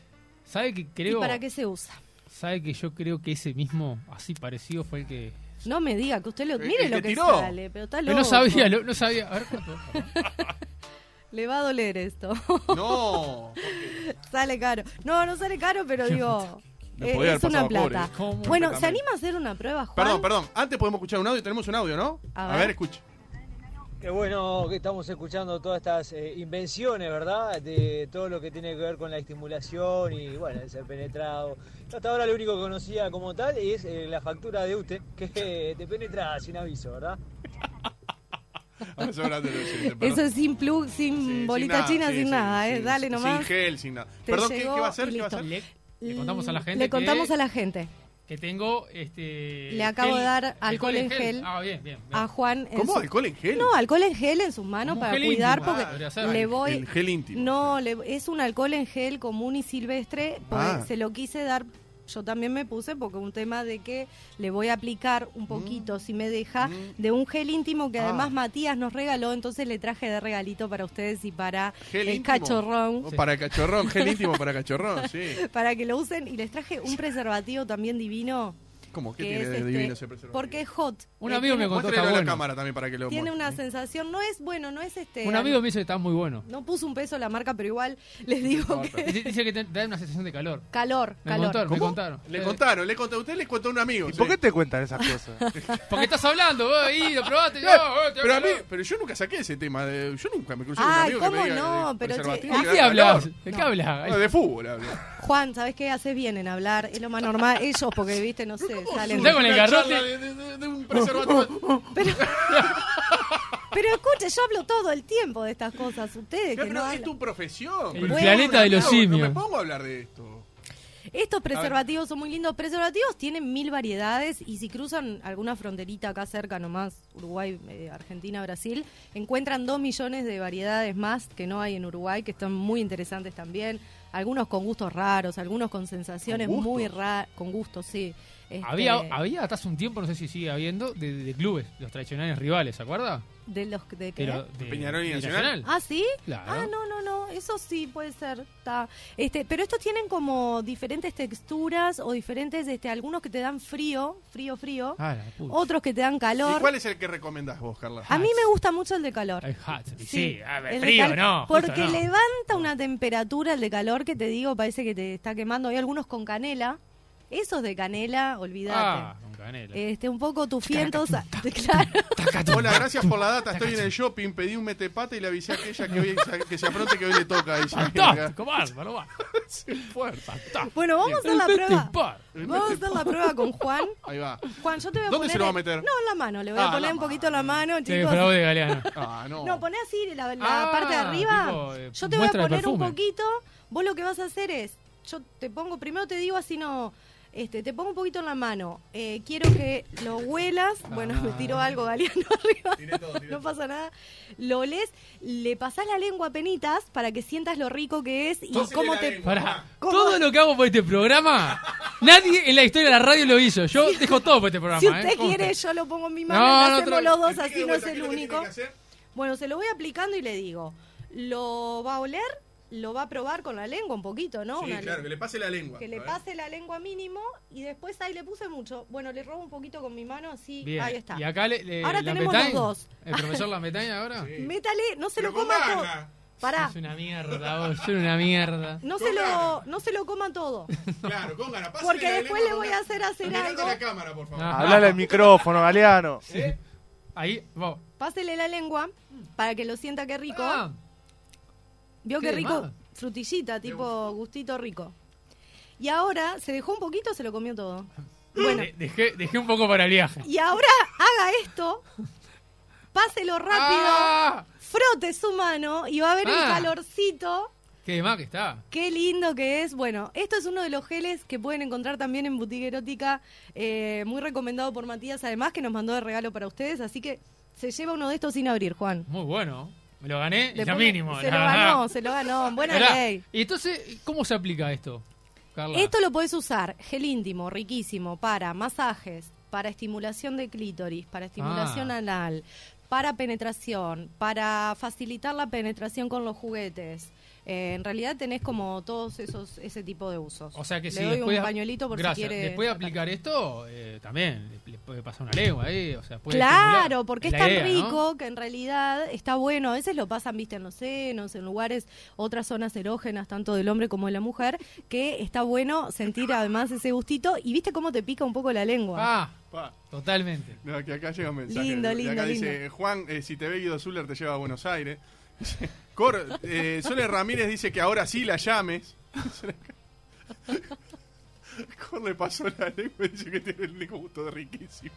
Speaker 4: ¿Sabe que creo?
Speaker 5: ¿Y para qué se usa?
Speaker 4: ¿Sabe que yo creo que ese mismo, así parecido, fue el que.
Speaker 5: No me diga que usted lo
Speaker 3: El-
Speaker 5: mire
Speaker 3: el
Speaker 5: lo
Speaker 3: que
Speaker 5: que
Speaker 3: tiró.
Speaker 5: sale, pero está
Speaker 4: Pero
Speaker 5: loco.
Speaker 4: no sabía, lo- no sabía. A ver cuánto.
Speaker 5: Le va a doler esto.
Speaker 3: No.
Speaker 5: sale caro. No, no sale caro, pero digo,
Speaker 3: Me
Speaker 5: eh,
Speaker 3: podía haber
Speaker 5: es
Speaker 3: pasado
Speaker 5: una
Speaker 3: a
Speaker 5: plata.
Speaker 3: pobres.
Speaker 4: ¿Cómo?
Speaker 5: Bueno, ¿se
Speaker 3: Completamente.
Speaker 5: anima a hacer una prueba, Juan?
Speaker 3: Perdón, perdón. Antes podemos escuchar un audio. Tenemos un audio, ¿no?
Speaker 5: Ah. A
Speaker 3: A
Speaker 5: ver.
Speaker 3: ver, escucha.
Speaker 6: Qué bueno que estamos escuchando todas estas eh, invenciones, ¿verdad? De todo lo que tiene que ver con la estimulación y, bueno, el ser penetrado. Yo hasta ahora lo único que conocía como tal es eh, la factura de usted, que eh, te penetra sin aviso, ¿verdad?
Speaker 3: Ahora se habla de los oyentes, perdón.
Speaker 5: Eso es sin plug, sin
Speaker 3: Sí,
Speaker 5: Mm, bolita
Speaker 3: nada,
Speaker 5: china,
Speaker 3: sí,
Speaker 5: sin
Speaker 3: sí,
Speaker 5: nada,
Speaker 3: sí,
Speaker 5: ¿eh?
Speaker 3: sí,
Speaker 5: Dale nomás.
Speaker 3: Sin gel, sin nada.
Speaker 5: Te
Speaker 3: Perdón, ¿qué,
Speaker 5: llegó
Speaker 3: qué va a hacer?
Speaker 5: y
Speaker 3: ¿Qué va a
Speaker 5: listo.
Speaker 3: hacer?
Speaker 4: Le, le contamos a la gente.
Speaker 5: Le contamos
Speaker 4: que,
Speaker 5: a la gente.
Speaker 4: que tengo este.
Speaker 5: Le acabo de dar alcohol en gel.
Speaker 4: Ah, bien, bien. bien.
Speaker 5: A Juan. en
Speaker 3: ¿Cómo?
Speaker 5: su-
Speaker 3: ¿Alcohol en gel?
Speaker 5: No, alcohol en gel en sus manos
Speaker 4: Como un
Speaker 5: para
Speaker 4: gel
Speaker 5: cuidar
Speaker 4: íntimo.
Speaker 5: porque
Speaker 4: Ah, podría
Speaker 5: le
Speaker 4: ser.
Speaker 5: voy.
Speaker 3: El gel íntimo.
Speaker 5: No, le- es un alcohol en gel común y silvestre. porque
Speaker 3: Ah.
Speaker 5: Se lo quise dar. Yo también me puse porque un tema de que le voy a aplicar un poquito, si me deja,
Speaker 3: Mm.
Speaker 5: de un gel íntimo que
Speaker 3: Ah.
Speaker 5: además Matías nos regaló. Entonces le traje de regalito para ustedes y para
Speaker 3: Gel
Speaker 5: el
Speaker 3: íntimo.
Speaker 5: cachorrón.
Speaker 3: Oh, Para cachorrón, gel íntimo para cachorrón, sí.
Speaker 5: Para que lo usen. Y les traje un preservativo también divino.
Speaker 3: ¿Cómo? ¿Qué
Speaker 5: que
Speaker 3: tiene
Speaker 5: es
Speaker 3: de
Speaker 5: este,
Speaker 3: divino ese preservativo?
Speaker 5: Porque es hot.
Speaker 4: Un
Speaker 5: Eh,
Speaker 4: amigo me
Speaker 5: tiene-
Speaker 4: contó
Speaker 3: Muéstrelo
Speaker 4: está
Speaker 3: a la
Speaker 4: bueno.
Speaker 3: cámara también para que lo
Speaker 5: Tiene una
Speaker 3: muestre.
Speaker 5: sensación, no es bueno, no es este.
Speaker 4: Un amigo me dice que está muy bueno.
Speaker 5: No puso un peso la marca, pero igual les digo que.
Speaker 4: Dice, dice que te- te da una sensación de calor.
Speaker 5: Calor,
Speaker 4: Me
Speaker 5: calor.
Speaker 4: contaron, me
Speaker 3: ¿Cómo?
Speaker 4: contaron.
Speaker 3: Le
Speaker 4: Sí.
Speaker 3: contaron, le contaron. Usted les contó a un amigo.
Speaker 2: ¿Y
Speaker 3: sí.
Speaker 2: por qué te cuentan esas cosas?
Speaker 4: Porque estás hablando, vos ahí, lo probaste, yo,
Speaker 3: Eh,
Speaker 4: vos, te da
Speaker 3: pero a mí,
Speaker 4: calor.
Speaker 3: pero yo nunca saqué ese tema. De, yo nunca me crucé
Speaker 5: Ay,
Speaker 3: con un amigo
Speaker 5: ¿cómo
Speaker 3: que me diga
Speaker 5: no?
Speaker 3: que el
Speaker 5: Pero, che,
Speaker 3: preservativo
Speaker 5: ¿a
Speaker 3: le
Speaker 4: ¿De
Speaker 3: da
Speaker 4: qué
Speaker 3: calor.
Speaker 4: hablas? ¿De qué
Speaker 5: No.
Speaker 4: hablas?
Speaker 3: No, de fútbol hablo.
Speaker 5: Juan, ¿sabes qué? Haces bien en hablar, es lo más normal. Ellos, porque viste, no sé, salen.
Speaker 4: surge? con el
Speaker 3: Una charla
Speaker 4: garrote.
Speaker 3: De, de- de- de un preservativo.
Speaker 5: Pero escucha, yo hablo todo el tiempo de estas cosas. Ustedes
Speaker 3: Claro,
Speaker 5: que
Speaker 3: pero
Speaker 5: no
Speaker 3: es
Speaker 5: hablan.
Speaker 3: tu profesión.
Speaker 4: El
Speaker 3: Pero
Speaker 4: planeta
Speaker 3: no,
Speaker 4: de los
Speaker 3: no,
Speaker 4: simios.
Speaker 3: No me pongo a hablar de esto.
Speaker 5: Estos preservativos son muy lindos. Preservativos tienen mil variedades y si cruzan alguna fronterita acá cerca nomás, Uruguay, eh, Argentina, Brasil, encuentran dos millones de variedades más que no hay en Uruguay, que están muy interesantes también. Algunos con gustos raros, algunos con sensaciones
Speaker 3: ¿Con gustos?
Speaker 5: muy raras, con gustos, sí. Este,
Speaker 4: Había, había hasta hace un tiempo, no sé si sigue habiendo, de, de clubes, los tradicionales rivales, ¿se acuerda?
Speaker 5: De los que- de qué?
Speaker 4: Pero de,
Speaker 3: Peñarol y
Speaker 4: de
Speaker 3: Nacional.
Speaker 5: Ah, sí.
Speaker 4: Claro.
Speaker 5: Ah, no, no, no, eso sí puede ser. ta. Este, pero estos tienen como diferentes texturas o diferentes, este, algunos que te dan frío, frío, frío,
Speaker 4: Ah, la puta.
Speaker 5: otros que te dan
Speaker 3: ¿Y
Speaker 5: calor.
Speaker 3: cuál es el que recomendás vos, Carla?
Speaker 5: A mí me gusta mucho el de calor.
Speaker 4: El hot, sí, a ver,
Speaker 5: el de
Speaker 4: frío,
Speaker 5: cal-
Speaker 4: no. justo
Speaker 5: Porque
Speaker 4: no.
Speaker 5: levanta una temperatura el de calor que te digo, parece que te está quemando. Hay algunos con canela. Esos de canela, olvídate.
Speaker 4: Ah, con canela.
Speaker 5: Este, un poco tufientos, claro.
Speaker 4: Ah,
Speaker 3: Hola, gracias por la data. Estoy en el shopping, pedí un metepata y le avisé a aquella que, hoy, que se apronte que hoy le toca. a
Speaker 5: Ah,
Speaker 4: Ah,
Speaker 3: ella.
Speaker 4: Fantástico, bárbaro, bárbaro. Fantástico.
Speaker 5: Bueno, vamos a hacer la
Speaker 4: El
Speaker 5: prueba.
Speaker 4: Par.
Speaker 5: Vamos a hacer la prueba con Juan.
Speaker 3: Ahí va.
Speaker 5: Juan, yo te voy a
Speaker 3: ¿Dónde
Speaker 5: poner
Speaker 3: se lo va a
Speaker 5: el-
Speaker 3: meter?
Speaker 5: No, en la mano. Le voy
Speaker 3: Ah,
Speaker 5: a poner
Speaker 3: la
Speaker 5: un poquito la mano,
Speaker 4: Che,
Speaker 5: chicos.
Speaker 4: fraude, Galeano.
Speaker 3: Ah, no.
Speaker 5: No, poné así la, la
Speaker 4: Ah,
Speaker 5: parte de arriba.
Speaker 4: tipo, eh,
Speaker 5: yo te voy a
Speaker 4: muestra de
Speaker 5: poner un
Speaker 4: perfume.
Speaker 5: poquito. Vos lo que vas a hacer es, yo te pongo, primero te digo así no, este, te pongo un poquito en la mano. Eh, quiero que lo huelas. Bueno, me
Speaker 4: Ah.
Speaker 5: tiró algo Galeano arriba. no pasa nada. Lo olés, le pasás la lengua a penitas para que sientas lo rico que es y
Speaker 3: Tósele
Speaker 5: cómo
Speaker 3: la
Speaker 5: te.
Speaker 3: lengua.
Speaker 4: Pará,
Speaker 5: ¿Cómo?
Speaker 4: todo lo que hago por este programa, nadie en la historia de la radio lo hizo. Yo dejo todo por este programa.
Speaker 5: Si
Speaker 4: ¿eh?
Speaker 5: usted
Speaker 4: Conste.
Speaker 5: quiere, yo lo pongo en mi
Speaker 4: No,
Speaker 5: mano.
Speaker 4: no,
Speaker 5: hacemos
Speaker 4: otra-
Speaker 5: los dos,
Speaker 3: Explique
Speaker 5: así
Speaker 3: de
Speaker 5: no es
Speaker 3: vuelta, ¿qué
Speaker 5: el
Speaker 3: lo que tiene
Speaker 5: único.
Speaker 3: que hacer?
Speaker 5: Bueno, se lo voy aplicando y le digo, lo va a oler, lo va a probar con la lengua un poquito, ¿no?
Speaker 3: Sí,
Speaker 5: Una
Speaker 3: claro, que
Speaker 5: lengua-
Speaker 3: le pase la lengua.
Speaker 5: que le
Speaker 3: A ver.
Speaker 5: pase la lengua mínimo y después ahí le puse mucho. Bueno, le robo un poquito con mi mano, así,
Speaker 4: Bien.
Speaker 5: ahí está.
Speaker 4: Y acá le, le-
Speaker 5: Ahora
Speaker 4: la
Speaker 5: tenemos
Speaker 4: Metaine,
Speaker 5: los dos.
Speaker 4: El profesor la metaña ahora.
Speaker 3: Sí.
Speaker 5: Métale, no se
Speaker 3: Pero
Speaker 5: lo
Speaker 3: con
Speaker 5: coma todo.
Speaker 3: ganas.
Speaker 5: Pará,
Speaker 4: Es una mierda, vos, yo era una mierda.
Speaker 5: no
Speaker 3: Con
Speaker 5: se lo,
Speaker 3: ganas.
Speaker 5: no se lo coma todo.
Speaker 3: Claro, con ganas. Pásale
Speaker 5: Porque
Speaker 3: la lengua
Speaker 5: después le
Speaker 3: con
Speaker 5: voy a
Speaker 3: ganas.
Speaker 5: hacer hacer
Speaker 3: Mirando
Speaker 5: algo.
Speaker 3: la cámara, por favor.
Speaker 4: Ah.
Speaker 2: Hablale al micrófono, Galeano.
Speaker 4: Ahí, vos.
Speaker 5: Pásele la lengua para que lo sienta que rico.
Speaker 4: Ah,
Speaker 5: Vio
Speaker 4: qué
Speaker 5: que rico,
Speaker 4: demás.
Speaker 5: frutillita, tipo gustito rico. Y ahora se dejó un poquito, se lo comió todo. Bueno,
Speaker 4: de- dejé, dejé un poco para el viaje.
Speaker 5: y ahora haga esto Páselo rápido,
Speaker 4: ¡Ah!
Speaker 5: frote su mano y va a ver el
Speaker 4: Ah.
Speaker 5: calorcito.
Speaker 4: Qué más que está.
Speaker 5: Qué lindo que es. Bueno, esto es uno de los geles que pueden encontrar también en Boutique Erótica, eh, muy recomendado por Matías, además que nos mandó de regalo para ustedes, así que se lleva uno de estos sin abrir, Juan.
Speaker 4: Muy bueno. Me lo gané,
Speaker 5: Le
Speaker 4: es lo
Speaker 5: pone-
Speaker 4: mínimo.
Speaker 5: Se lo
Speaker 4: la verdad.
Speaker 5: ganó, se lo ganó. Buena
Speaker 4: Pará,
Speaker 5: ley.
Speaker 4: Y entonces, ¿cómo se aplica esto, Carla?
Speaker 5: Esto lo podés usar, gel íntimo, riquísimo, para masajes, para estimulación de clítoris, para estimulación
Speaker 4: Ah.
Speaker 5: anal, para penetración, para facilitar la penetración con los juguetes. Eh, en realidad tenés como todos esos ese tipo de usos.
Speaker 4: O sea que
Speaker 5: Le
Speaker 4: si
Speaker 5: doy
Speaker 4: después
Speaker 5: un
Speaker 4: de-
Speaker 5: pañuelito por si
Speaker 4: gracias.
Speaker 5: quiere.
Speaker 4: Después de aplicar esto, eh, también le, le puede pasar una legua ahí. O sea, puede
Speaker 5: Claro,
Speaker 4: estimular.
Speaker 5: porque
Speaker 4: Es
Speaker 5: es
Speaker 4: la
Speaker 5: tan
Speaker 4: idea, ¿no?
Speaker 5: rico que en realidad está bueno. A veces lo pasan, viste, en los senos, en lugares, otras zonas erógenas, tanto del hombre como de la mujer, que está bueno sentir además ese gustito. Y viste cómo te pica un poco la lengua.
Speaker 4: Ah,
Speaker 3: Pa.
Speaker 4: totalmente.
Speaker 3: No, que acá llega un mensaje.
Speaker 5: Lindo,
Speaker 3: de
Speaker 5: lindo,
Speaker 3: acá
Speaker 5: lindo.
Speaker 3: dice, Juan, eh, si te ve Guido Zuller te lleva a Buenos Aires. Cor, eh, Sole Ramírez dice que ahora sí la llames. Cor le pasó la lengua y dice que tiene el gusto riquísimo.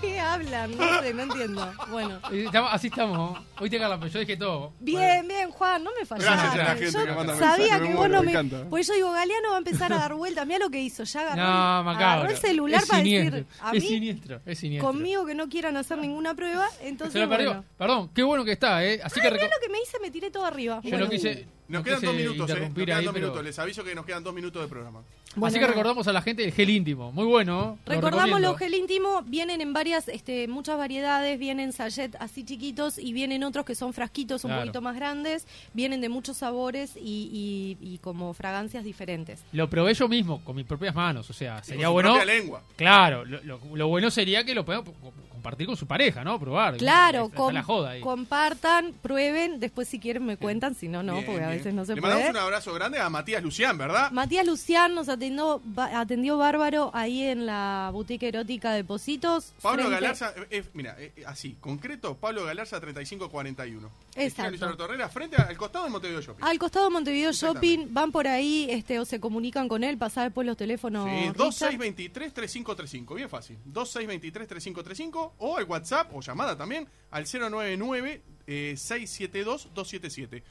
Speaker 5: ¿Qué hablan? No sé, no entiendo. Bueno.
Speaker 4: Eh, estamos- así estamos. Hoy te Carla, pero yo dije todo.
Speaker 5: Bien, bien, Juan, no me fallaste.
Speaker 3: Gracias a la gente
Speaker 5: yo
Speaker 3: que manda
Speaker 5: sabía
Speaker 3: mensajes,
Speaker 5: que
Speaker 3: me
Speaker 5: vos
Speaker 3: muero,
Speaker 5: no
Speaker 3: me
Speaker 5: me...
Speaker 3: encanta.
Speaker 5: Porque yo digo, Galeano va a empezar a dar vueltas. Mirá lo que hizo. Ya agarró,
Speaker 4: No,
Speaker 5: el-
Speaker 4: macabro.
Speaker 5: agarró el celular
Speaker 4: es
Speaker 5: para
Speaker 4: siniestro,
Speaker 5: decir a
Speaker 4: Es
Speaker 5: mí,
Speaker 4: siniestro, es siniestro.
Speaker 5: conmigo que no quieran hacer ninguna prueba. Entonces,
Speaker 4: Se lo perdió.
Speaker 5: bueno.
Speaker 4: Perdón, qué bueno que está, ¿eh? Así que
Speaker 5: Mirá
Speaker 4: reco-
Speaker 5: lo que me hice, me tiré todo arriba.
Speaker 4: Yo
Speaker 5: Bueno.
Speaker 4: no quise.
Speaker 3: Nos
Speaker 4: no
Speaker 3: quedan
Speaker 4: quise
Speaker 3: dos minutos, eh. Nos
Speaker 4: interrumpir
Speaker 3: quedan
Speaker 4: ahí,
Speaker 3: dos
Speaker 4: pero-
Speaker 3: minutos. Les aviso que nos quedan dos minutos de programa.
Speaker 5: Bueno,
Speaker 4: Así que
Speaker 5: nada.
Speaker 4: recordamos a la gente el gel íntimo. Muy bueno. lo
Speaker 5: Recordamos
Speaker 4: recomiendo.
Speaker 5: los gel íntimo, vienen en varias, este, muchas variedades, vienen sachet así chiquitos y vienen otros que son frasquitos un
Speaker 4: Claro.
Speaker 5: poquito más grandes, vienen de muchos sabores y, y- y como fragancias diferentes.
Speaker 4: Lo probé yo mismo, con mis propias manos. O sea, sería
Speaker 3: Con su
Speaker 4: bueno.
Speaker 3: propia lengua.
Speaker 4: Claro, lo, lo- lo bueno sería que lo podamos co- compartir con su pareja, ¿no? Probar.
Speaker 5: Claro,
Speaker 4: Está- está la
Speaker 5: com-
Speaker 4: joda ahí.
Speaker 5: compartan, prueben, después si quieren me cuentan, si no, no,
Speaker 3: Bien,
Speaker 5: porque a
Speaker 3: bien.
Speaker 5: veces no se
Speaker 3: Le
Speaker 5: puede.
Speaker 3: mandamos un abrazo grande a Matías Lucián, ¿verdad?
Speaker 5: Matías Lucián nos atendió, ba- atendió bárbaro ahí en la boutique erótica de Positos.
Speaker 3: Pablo
Speaker 5: frente-
Speaker 3: Galarza, eh, eh, mira, eh, eh, así, concreto, Pablo Galarza 3541.
Speaker 5: Exacto.
Speaker 3: Luis Torrera, frente a- al costado de Montevideo Shopping.
Speaker 5: Al costado de Montevideo Shopping,
Speaker 3: Exactamente.
Speaker 5: van por ahí este, o se comunican con él, pasar después los teléfonos.
Speaker 3: Sí,
Speaker 5: Richard.
Speaker 3: 2623-3535, bien fácil. 2623-3535 o el WhatsApp o llamada también al eh, 099-672-277.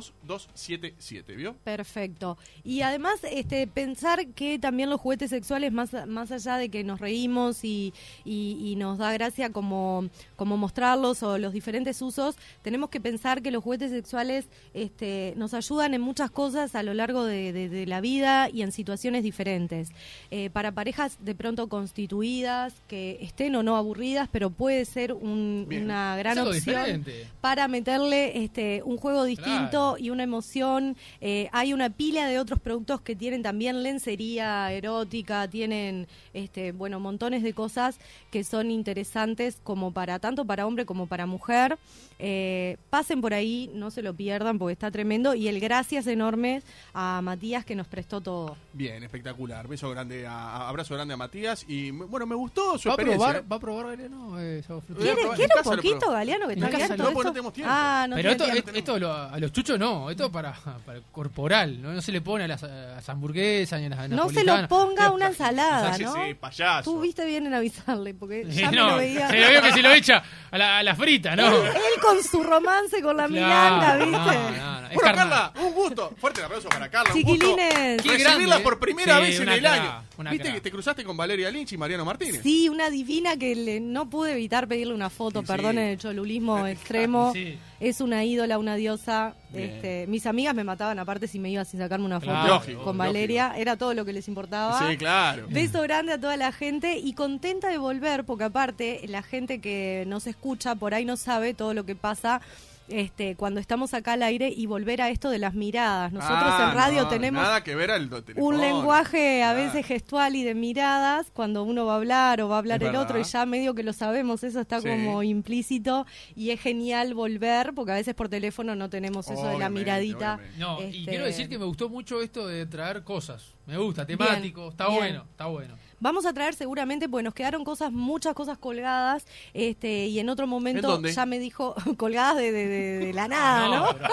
Speaker 3: 099-672-277, ¿vio?
Speaker 5: Perfecto. Y además, este, pensar que también los juguetes sexuales, más, más allá de que nos reímos y, y- y nos da gracia como, como mostrarlos o los diferentes usos, tenemos que pensar que los juguetes sexuales este, nos ayudan en muchas cosas a lo largo de, de- de la vida y en situaciones diferentes. Eh, para parejas de pronto constituidas, que estén o no aburridas, pero puede ser un-
Speaker 3: Bien.
Speaker 5: una gran
Speaker 4: Es algo
Speaker 5: opción
Speaker 4: diferente.
Speaker 5: para meterle este, un juego distinto
Speaker 4: Claro.
Speaker 5: y una emoción. Eh, hay una pila de otros productos que tienen también lencería erótica, tienen este, bueno, montones de cosas que son interesantes como para tanto para hombre como para mujer. Eh, pasen por ahí, no se lo pierdan porque está tremendo y el gracias enorme a Matías que nos prestó todo.
Speaker 3: Bien, espectacular. Beso grande, a- a- abrazo grande a Matías. Y me- bueno, me gustó su
Speaker 4: ¿Va a
Speaker 3: experiencia.
Speaker 4: probar,
Speaker 3: ¿eh?
Speaker 4: va a probar Galeano, eh, Sabo Frutti?
Speaker 3: Voy a
Speaker 5: ¿Quiere,
Speaker 3: probar.
Speaker 5: quiere
Speaker 3: En
Speaker 5: un
Speaker 3: casa lo
Speaker 5: poquito,
Speaker 3: probó.
Speaker 5: Galeano? Que
Speaker 4: En
Speaker 5: está
Speaker 4: casa
Speaker 5: abierto
Speaker 4: no,
Speaker 5: esto?
Speaker 3: porque no tenemos tiempo.
Speaker 5: Ah, no
Speaker 4: Pero
Speaker 5: tiene
Speaker 4: esto,
Speaker 5: tiempo.
Speaker 4: esto- esto lo- a los chuchos no, esto para, para el corporal, ¿no? No se le pone a las, a las hamburguesas ni a las
Speaker 5: No se lo
Speaker 4: napolitanas.
Speaker 5: ponga
Speaker 4: Digo,
Speaker 5: una ensalada,
Speaker 3: Cállese,
Speaker 5: ¿no?
Speaker 3: payaso.
Speaker 5: Tú viste bien en avisarle, porque
Speaker 4: Sí,
Speaker 5: ya me
Speaker 4: no,
Speaker 5: lo veía.
Speaker 4: Se lo veo que se lo echa a la, a la frita, ¿no?
Speaker 5: Él con su romance con la Miranda,
Speaker 4: Claro,
Speaker 5: ¿viste?
Speaker 4: no, no, no, es
Speaker 3: Bueno,
Speaker 4: carnal.
Speaker 3: Carla, un gusto. Fuerte el abrazo para Carla. Un
Speaker 5: Chiquilines.
Speaker 3: gusto
Speaker 4: Qué
Speaker 3: recibirla
Speaker 4: grande,
Speaker 3: por primera
Speaker 4: eh.
Speaker 3: vez
Speaker 4: Sí,
Speaker 3: en
Speaker 4: una
Speaker 3: el
Speaker 4: cra,
Speaker 3: año.
Speaker 4: una
Speaker 3: Viste
Speaker 4: cra.
Speaker 3: que te cruzaste con Valeria Lynch y Mariano Martínez.
Speaker 5: Sí, una divina que le- no pude evitar pedirle una foto,
Speaker 3: Sí,
Speaker 5: perdonen
Speaker 3: sí.
Speaker 5: el cholulismo extremo.
Speaker 4: Sí.
Speaker 5: Es una ídola, una diosa.
Speaker 3: Bien.
Speaker 5: Este, mis amigas me mataban aparte si me iba sin sacarme una foto
Speaker 4: Claro,
Speaker 3: Lógico,
Speaker 5: con
Speaker 3: lógico.
Speaker 5: Valeria. Era todo lo que les importaba.
Speaker 3: Sí, claro.
Speaker 5: Beso grande a toda la gente y contenta de volver, porque aparte la gente que nos escucha por ahí no sabe todo lo que pasa. Este, cuando estamos acá al aire y volver a esto de las miradas. Nosotros
Speaker 3: Ah,
Speaker 5: en radio
Speaker 3: no,
Speaker 5: tenemos
Speaker 3: Nada que ver al do- teléfono.
Speaker 5: un lenguaje a
Speaker 3: Claro.
Speaker 5: veces gestual y de miradas cuando uno va a hablar o va a hablar
Speaker 3: Es
Speaker 5: el otro y
Speaker 3: verdad.
Speaker 5: ya medio que lo sabemos, eso está
Speaker 3: Sí.
Speaker 5: como implícito y es genial volver porque a veces por teléfono no tenemos eso de la
Speaker 3: Obviamente,
Speaker 5: miradita.
Speaker 3: obviamente.
Speaker 4: No, y
Speaker 5: Este-
Speaker 4: quiero decir que me gustó mucho esto de traer cosas. Me gusta, temático, está
Speaker 5: bien.
Speaker 4: bueno, está bueno.
Speaker 5: Vamos a traer seguramente, pues nos quedaron cosas, muchas cosas colgadas este y en otro momento
Speaker 3: ¿En dónde? Ah,
Speaker 5: ya me dijo colgadas de, de- de- de la nada, Ah, ¿no?
Speaker 4: pero-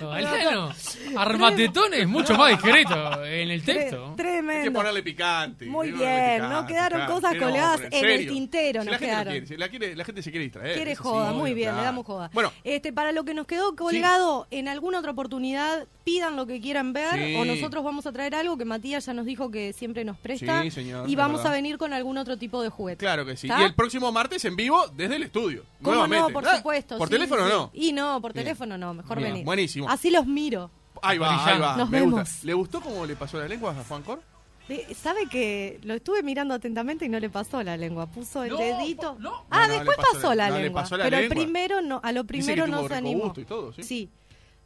Speaker 4: No, Galeano, armatetón es mucho más discreto en el texto.
Speaker 5: Tre-
Speaker 3: Hay que
Speaker 5: Tremendo.
Speaker 3: ponerle picante.
Speaker 5: Muy
Speaker 3: hay que ponerle
Speaker 5: bien, no quedaron cosas
Speaker 3: Pero,
Speaker 5: colgadas
Speaker 3: pero
Speaker 5: en el
Speaker 3: serio.
Speaker 5: tintero,
Speaker 3: Si
Speaker 5: no
Speaker 3: la gente
Speaker 5: quedaron.
Speaker 3: quiere, si la, quiere- la gente se quiere distraer.
Speaker 5: Quiere
Speaker 3: es así,
Speaker 5: joda, muy
Speaker 3: eh, obvio,
Speaker 5: bien, le
Speaker 3: claro.
Speaker 5: damos joda.
Speaker 3: Bueno,
Speaker 5: este, para lo que nos quedó colgado, en alguna otra oportunidad pidan lo que quieran ver
Speaker 3: Sí.
Speaker 5: o nosotros vamos a traer algo que Matías ya nos dijo que siempre nos presta
Speaker 3: Sí, señor,
Speaker 5: y
Speaker 3: es
Speaker 5: vamos
Speaker 3: verdad.
Speaker 5: a venir con algún otro tipo de juguete.
Speaker 3: claro que sí.
Speaker 5: ¿Está?
Speaker 3: Y el próximo martes en vivo desde el estudio.
Speaker 5: ¿Cómo
Speaker 3: nuevamente.
Speaker 5: no? Por
Speaker 3: Ah,
Speaker 5: supuesto.
Speaker 3: Por
Speaker 5: sí,
Speaker 3: teléfono
Speaker 5: sí, sí.
Speaker 3: no.
Speaker 5: Y no, por
Speaker 3: Bien.
Speaker 5: teléfono no, mejor
Speaker 3: Bien,
Speaker 5: venir.
Speaker 3: buenísimo.
Speaker 5: Así los miro.
Speaker 3: Ahí va, ahí va.
Speaker 5: Nos
Speaker 3: Me
Speaker 5: vemos.
Speaker 3: gusta. ¿Le gustó cómo le pasó la lengua a Juan Cor?
Speaker 5: Eh, ¿Sabe que lo estuve mirando atentamente y no le pasó la lengua? Puso el
Speaker 4: No,
Speaker 5: dedito.
Speaker 4: pa- no.
Speaker 5: Ah,
Speaker 3: No, no,
Speaker 5: después
Speaker 3: le pasó
Speaker 5: pasó
Speaker 3: la-
Speaker 5: la
Speaker 3: no, le
Speaker 5: lengua.
Speaker 3: pasó la
Speaker 5: pero el
Speaker 3: lengua.
Speaker 5: primero no, a
Speaker 3: Dice
Speaker 5: lo
Speaker 3: que
Speaker 5: primero
Speaker 3: tuvo
Speaker 5: no se
Speaker 3: rico
Speaker 5: animó.
Speaker 3: gusto y todo, ¿sí? Ah.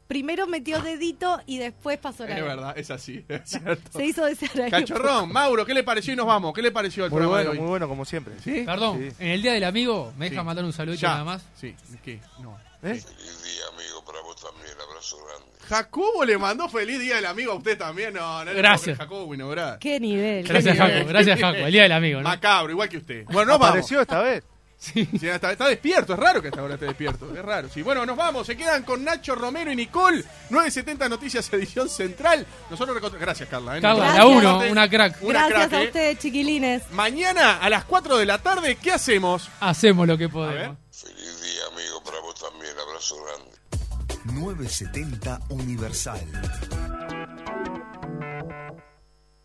Speaker 5: Primero metió dedito y después pasó la
Speaker 3: Es
Speaker 5: lengua.
Speaker 3: verdad, es así, es cierto.
Speaker 5: Se hizo desear
Speaker 3: Cachorrón, Mauro, ¿qué le pareció? Y nos vamos. ¿Qué le pareció el
Speaker 2: Muy
Speaker 3: programa
Speaker 2: bueno,
Speaker 3: de hoy?
Speaker 2: muy bueno, como siempre.
Speaker 3: ¿Sí?
Speaker 4: Perdón,
Speaker 2: Sí.
Speaker 4: en el Día del Amigo, ¿me deja
Speaker 3: Sí.
Speaker 4: mandar un saludito
Speaker 3: Ya.
Speaker 4: nada más?
Speaker 3: Sí, ¿qué? No.
Speaker 2: ¿Eh?
Speaker 7: Feliz día, amigo, para vos también. Abrazo grande.
Speaker 3: Jacobo le mandó feliz día del amigo a usted también. No, no, no,
Speaker 4: Gracias.
Speaker 3: Jacobo Winograd.
Speaker 5: Qué nivel.
Speaker 4: Gracias,
Speaker 3: Genial.
Speaker 4: Jaco. Gracias, Jaco. El Día del Amigo, ¿no?
Speaker 3: Macabro, igual que usted. Bueno, nos vamos.
Speaker 2: Apareció esta vez.
Speaker 4: Sí.
Speaker 3: Sí, está, está despierto, es raro que hasta ahora esté despierto, es raro. Sí, bueno, nos vamos, se quedan con Nacho Romero y Nicole, 970 Noticias Edición Central. Nosotros recont- Gracias, Carla. ¿eh?
Speaker 4: Carla,
Speaker 5: la uno,
Speaker 3: Aparte,
Speaker 4: una crack.
Speaker 3: una
Speaker 5: Gracias
Speaker 3: crack,
Speaker 5: a
Speaker 3: ¿eh?
Speaker 5: ustedes, chiquilines.
Speaker 3: Mañana a las 4 de la tarde, ¿qué hacemos?
Speaker 4: Hacemos lo que
Speaker 3: A ver.
Speaker 4: podemos.
Speaker 7: Feliz día, amigo, para vos también. Abrazo grande.
Speaker 1: 970 Universal.